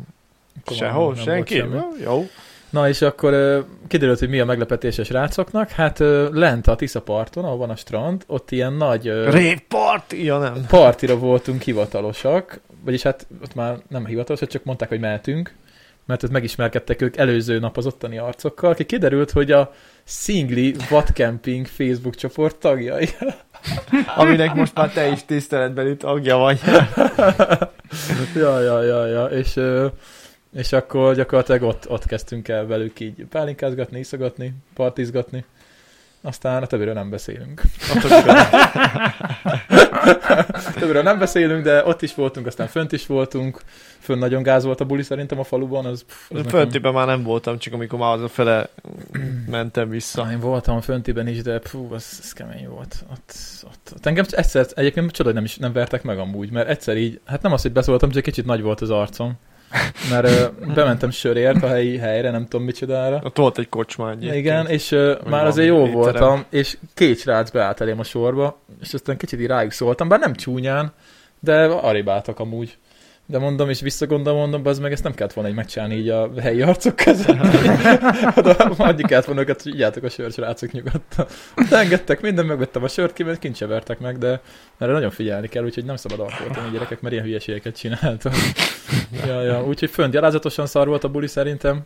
Akkor már sehol, nem volt senki. semmi. Jó. Na és akkor ö, kiderült, hogy mi a meglepetés a srácoknak. Hát ö, lent a Tisza parton, ahol van a strand, ott ilyen nagy... ö, Rave party, ja nem. partira voltunk hivatalosak, vagyis hát ott már nem hivatalosak, csak mondták, hogy mehetünk, mert ott megismerkedtek ők előző nap az ottani arcokkal, aki kiderült, hogy a Singli Vadcamping Facebook csoport tagjai. Aminek most már te is tiszteletbeli tagja vagy. ja, ja, ja, ja, és, ö, és akkor gyakorlatilag ott, ott kezdtünk el velük így pálinkázgatni, iszogatni, partizgatni. Aztán a többiről nem beszélünk. Többiről nem beszélünk, de ott is voltunk, aztán fönt is voltunk. Fönn nagyon gáz volt a buli szerintem a faluban. Az, pff, az A nekem- Föntében már nem voltam, csak amikor már hazafele mentem vissza. Szóval én voltam föntiben is, de pfú, az, az kemény volt. Ott, ott, ott. Engem egyszer, egyébként csoda, hogy nem, is, nem vertek meg amúgy, mert egyszer így, hát nem az, hogy beszóltam, csak kicsit nagy volt az arcom. Mert ö, bementem sörért a helyi helyre, nem tudom micsodára. Ott volt egy kocsma egyébként. Igen, és ö, már valami azért jó étterem. voltam, és két srác beállt elém a sorba, és aztán kicsit így rájuk szóltam, bár nem csúnyán, de aribáltak amúgy. De mondom, és visszagondolom, mondom, az meg ezt nem kellett volna így megcsinálni így a helyi arcok között. Oda adni kellett volna őket, hogy igyátok a sört, srácok nyugodtan. De engedtek minden, megvettem a sört ki, mert kint se vertek meg, de erre nagyon figyelni kell, úgyhogy nem szabad alkoltani a gyerekek, mert ilyen hülyeségeket csináltak. ja, ja, úgyhogy fönt gyalázatosan szar volt a buli szerintem.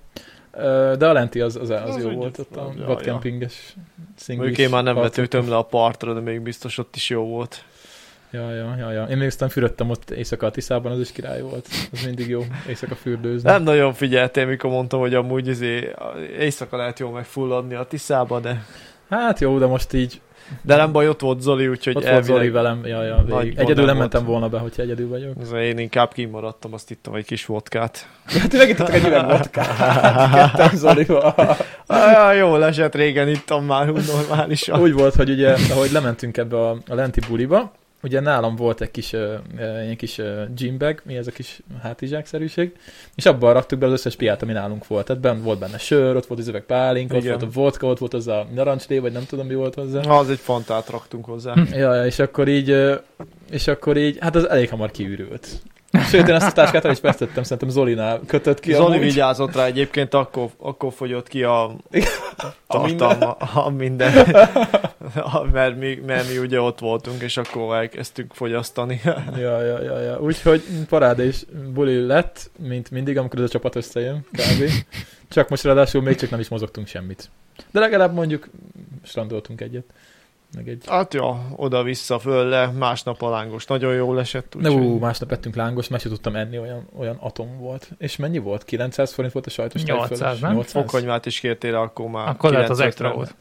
Ö, De a lenti az, az, az, Az jó úgy- volt, ott a ja, vadcampinges szinglis. Mondjuk én már nem part. vetődtem le a partra, de még biztos ott is jó volt. Ja, ja, ja, ja. Én még aztán fürödtem ott éjszaka a Tiszában, az is király volt. Az mindig jó, éjszaka fürdőzni. Nem nagyon figyeltél, mikor mondtam, hogy amúgy izé, éjszaka lehet jól megfulladni a Tiszába, de Hát jó, de most így De nem baj, ott volt Zoli, úgyhogy Ott volt elvileg... Zoli velem, ja, ja, Nagy végig. gond Egyedül nem nem volt. mentem volna be, hogyha egyedül vagyok. Az én inkább kimaradtam, azt ittam egy kis vodkát. Ja, Hát, ti megittetek egy üveg vodkát, ketten Zolival. Ah, jól esett, régen ittam már úgy normálisan. Úgy volt, hogy ugye, ahogy lementünk ebbe a, a lenti buliba, ugye nálam volt egy kis, ö, ö, ilyen kis ö, gym bag, mi ez a kis hátizsákszerűség, és abban raktuk be az összes piát, ami nálunk volt. Tehát ben, volt benne sör, ott volt az üveg pálinka, ott Igen. volt a vodka, ott volt az a narancslé, vagy nem tudom mi volt hozzá. Az egy fantát raktunk hozzá. Ja, ja, és akkor így, ö, és akkor így, hát az elég hamar kiürült. Sőt, én azt a táskát el is vesztettem, szerintem Zolinál kötött ki. Zoli amúgy. vigyázott rá egyébként, akkor, akkor fogyott ki a A tartalma, a minden, A- mert, mi, mert mi ugye ott voltunk, és akkor elkezdtünk fogyasztani. Ja, ja, ja, ja. Úgyhogy parád és buli lett, mint mindig, amikor ez a csapat összejön, kb. Csak most ráadásul még csak nem is mozogtunk semmit. De legalább mondjuk strandoltunk egyet. Meg egy... Hát ja, oda-vissza, föl le, másnap a lángos. Nagyon jól esett, Ne, úgyhogy... ú, másnap ettünk lángos, meg se tudtam enni, olyan, olyan atom volt. És mennyi volt? 900 forint volt a sajtos tejfölös? 800, nem? 800? Fokhagyvát is kértél, akkor már Akkor lehet az 9.50. extra volt.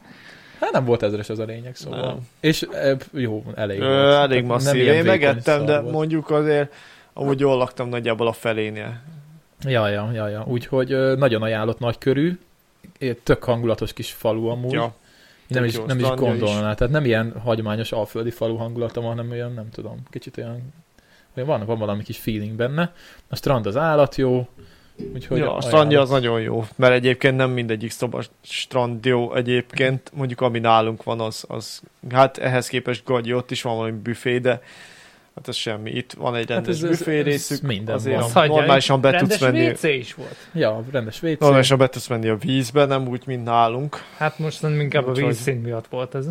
Hát nem volt ezres az a lényeg, szóval. Nem. És e, jó, elég Ö, volt. Tehát Elég hát nem masszív. ilyen Én vékony megettem, szar de volt. mondjuk azért amúgy jól laktam nagyjából a felénél. Ja, ja, ja, ja. Úgyhogy ö, nagyon ajánlott nagykörű, é, tök hangulatos kis falu amúgy. Ja. Nem Tök is, jó, nem is strandja gondolná, tehát nem ilyen hagyományos alföldi falu hangulata van, hanem olyan, nem tudom, kicsit olyan, olyan van, van valami kis feeling benne. A strand az állat jó, úgyhogy... ja, a ajánlom. strandja az nagyon jó, mert egyébként nem mindegyik szoba strand jó egyébként, mondjuk ami nálunk van, az, az hát ehhez képest gagyi, ott is van valami büfé, de hát ez semmi. Itt van egy rendes ez- ez- büfé ez részük, minden azért van. Azt hagyja, normálisan be tudsz Rendes menni. WC is volt. Ja, rendes WC. Normálisan be tudsz menni a vízbe, nem úgy, mint nálunk. Hát most nem inkább a Úgyhogy- vízszint miatt volt ez.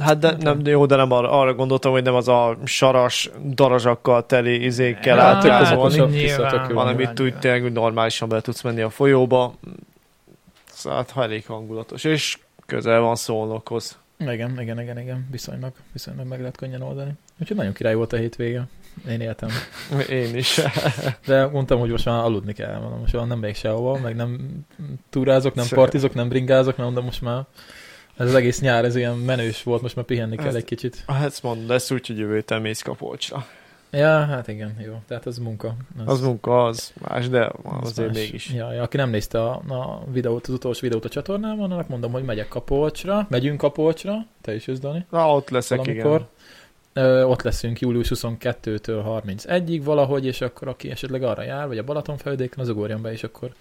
Hát de nem jó, de nem arra, arra gondoltam, hogy nem az a saras darazsakkal teli izékkel Ja, Hát át tök kell az volni. okosabb tök jó. hanem itt úgy tényleg úgy normálisan be tudsz menni a folyóba. Szóval hát ha elég hangulatos, és közel van szólnokhoz. Igen, igen, igen, igen, viszonylag, viszonylag meg lehet könnyen oldani. Úgyhogy nagyon király volt a hétvége. Én éltem. Én is. Hát, De mondtam, hogy most már aludni kell, mondom, most már nem megyek sehova, meg nem túrázok, nem Szer- partizok, nem bringázok, mert mondom, most már ez az egész nyár, ez ilyen menős volt, most már pihenni kell Ez- egy kicsit. Hát mond, lesz úgy, hogy jövő héten mész kapolcsra. Ja, hát igen, jó. Tehát ez munka. Ez, Az munka, az más, de az azért más. mégis. Ja, ja, aki nem nézte a, a videót, az utolsó videót a csatornámon, annak mondom, hogy megyek Kapolcsra, megyünk Kapolcsra, te is jössz, Dani, Na, ott leszek, valamikor. Ö, ott leszünk július 22-től 31-ig valahogy, és akkor aki esetleg arra jár, vagy a Balatonfelvidéken, az ugorjon be, és akkor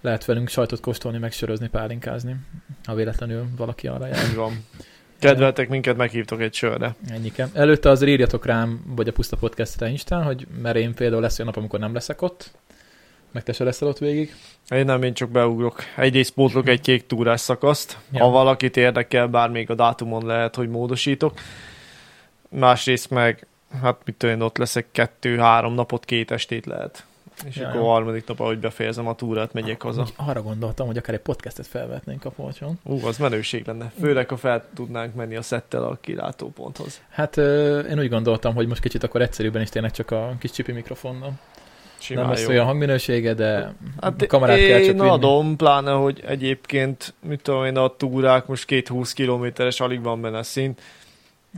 lehet velünk sajtot kóstolni, megsörözni, pálinkázni, ha véletlenül valaki arra jár. igen. Így van. Kedveltek minket, meghívtok egy sörre. Ennyike. Előtte azért írjatok rám, vagy a Puszta Podcast-re Instán, hogy mert én például lesz olyan nap, amikor nem leszek ott, meg te se leszel ott végig. Én nem, én csak beugrok. Egyrészt pótlok egy kék túrás szakaszt. Ja. Ha valakit érdekel, bár még a dátumon lehet, hogy módosítok. Másrészt meg, hát mit tudom én, ott leszek kettő-három napot, két estét lehet. És Ja, akkor ja. a harmadik nap, ahogy befejezem a túrát, megyek haza. Úgy Arra gondoltam, hogy akár egy podcastet felvetnénk a polcson. Ú, az menőség lenne. Főleg, ha fel tudnánk menni a szettel a kilátóponthoz. Hát ö, én úgy gondoltam, hogy most kicsit akkor egyszerűbben is tényleg csak a kis csipi mikrofonnal. Simán nem lesz jó. olyan hangminősége, de Hát kamerát én kell csak vinni. adom, pláne, hogy egyébként, mit tudom én, a túrák most két 20 kilométeres, alig van benne szint.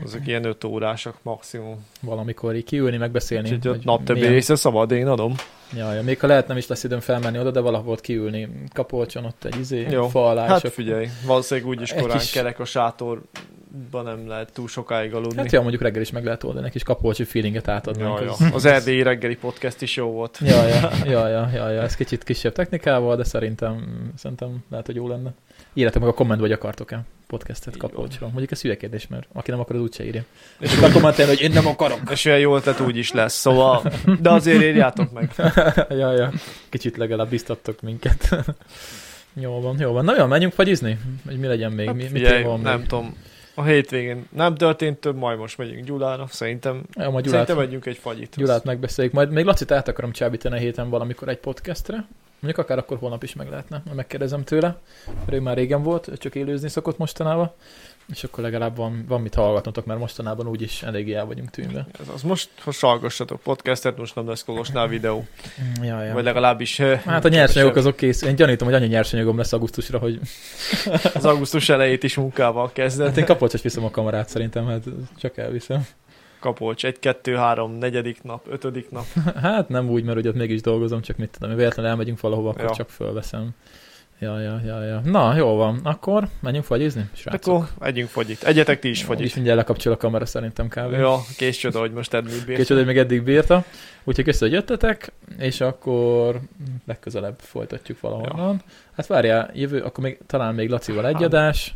Azok ilyen 5 órásak maximum. valamikor így kiülni, megbeszélni. Úgyhogy a hogy nap többi milyen- része szabad, én adom. Ja, ja, még ha lehet, nem is lesz időm felmenni oda, de valahol ott kiülni. Kapolcson ott egy izé, Jó. fa alá. és Hát akkor- figyelj, valószínűleg úgyis Egy korán kis- kerek a sátorban nem lehet túl sokáig aludni. Hát ja, mondjuk reggel is meg lehet oldani, egy kis kapolcsi feelinget átadnánk. ja, az- ja. Az erdélyi reggeli podcast is jó volt. Ja, ja, ja, ja, ja, ja, ez kicsit kisebb technikával, de szerintem, szerintem lehet, hogy jó lenne. Írjátok meg a kommentbe, hogy akartok-e podcastet Így van. kapolcsról. Mondjuk ez hülye kérdés, mert aki nem akar, az úgyse írja. És, Csak a kommentelni, hogy én nem akarok. és olyan jó ötlet úgy is lesz, szóval, de azért írjátok meg. ja, ja. Kicsit legalább biztattok minket. jó van, jó van. Na jó, menjünk fagyizni? Hogy mi legyen még? Mi, mi Figyelj, van nem még? tudom, a hétvégén nem történt több, majd most megyünk Gyulára, szerintem Jó, majd Gyulát. Gyulát, Szerintem megyünk egy fagyit. Gyulát megbeszéljük. Majd még Lacit át akarom csábítani a héten valamikor egy podcastre. Mondjuk akár akkor holnap is meg lehetne, ha megkérdezem tőle. Mert ő már régen volt, ő csak élőzni szokott mostanában. És akkor legalább van, van mit hallgatnotok, mert mostanában úgyis eléggé el vagyunk tűnve. Ez az most, ha salgassatok podcastet, most nem lesz Kolosnál videó. Mm, Ja, ja. Vagy legalábbis eh, Hát a nyersanyagok azok kész. Én gyanítom, hogy annyi nyersanyagom lesz augusztusra, hogy az augusztus elejét is munkával hát kezdett. én kapott, hogy viszem a kamerát szerintem, hát csak elviszem. Kapolcs, egy, kettő, három, negyedik nap, ötödik nap. Hát nem úgy, mert ugye ott mégis dolgozom, csak mit tudom, véletlenül elmegyünk valahova, akkor Ja. ja. csak fölveszem. Ja, ja, ja, ja. Na, jó van. Akkor menjünk fagyizni, srácok. Akkor együnk fogyit. Egyetek ti is Úgyis fogyit. mindjárt lekapcsol a kamera szerintem kb. Ja. Ja, kés csoda, hogy most enni bírt. Kicsit, hogy még eddig bírta. Úgyhogy köszönöm, hogy jöttetek, és akkor legközelebb folytatjuk valahonnan. Ja. Hát várjál, jövő, akkor még, talán még Lacival egy Hát, adás.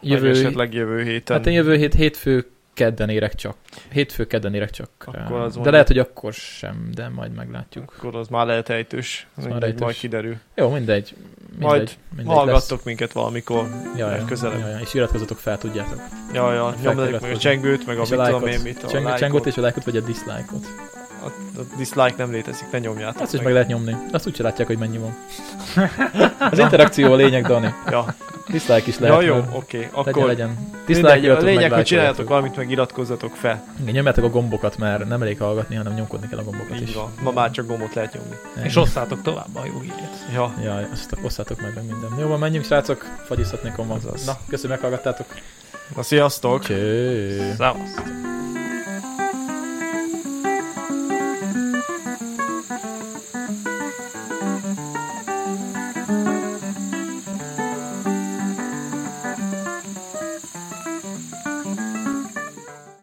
Jövő... Jövő, esetleg jövő héten. hát én jövő hét, hétfő kedden érek csak. Hétfő kedden érek csak. Akkor rá. az de mondjuk- lehet, hogy akkor sem, de majd meglátjuk. Akkor az már lehet ejtős. már Mindegy, rejtős. Majd kiderül. Jó, mindegy. mindegy Majd mindegy Hallgattok minket valamikor. lesz. Ja, ja, legközelebb. Ja, ja. És iratkozzatok fel, tudjátok. Ja, ja, nyomjatok meg a feliratkozunk. csengőt, meg a és mit a tudom lájkot. én mit. A Cseng- lájkot. Csengot és a lájkot, vagy a dislike-ot. A, a dislike nem létezik, ne nyomjátok Azt is meg lehet nyomni. Azt úgyse látják, hogy mennyi van. Az interakció a lényeg, Dani. Ja, Dislike is lehet. ja jó, mert oké. legyen, Akkor legyen. mindegy, Dislike a jöttök, lényeg, hogy meg csináljátok csináljátok. valamit, meg iratkozzatok fel. Nyomjátok a gombokat, mert nem elég hallgatni, hanem nyomkodni kell a gombokat Így Hát is. van. Ma már csak gombot lehet nyomni. Ennyi. És osszátok tovább a jó híret. Ja, Ja, azt osszátok meg meg minden. Jó, van, menjünk, srácok. Fagyizhatnék van. Azaz. Na, köszönöm, meghallgattátok. na sziasztok! Cső. Szevasztok.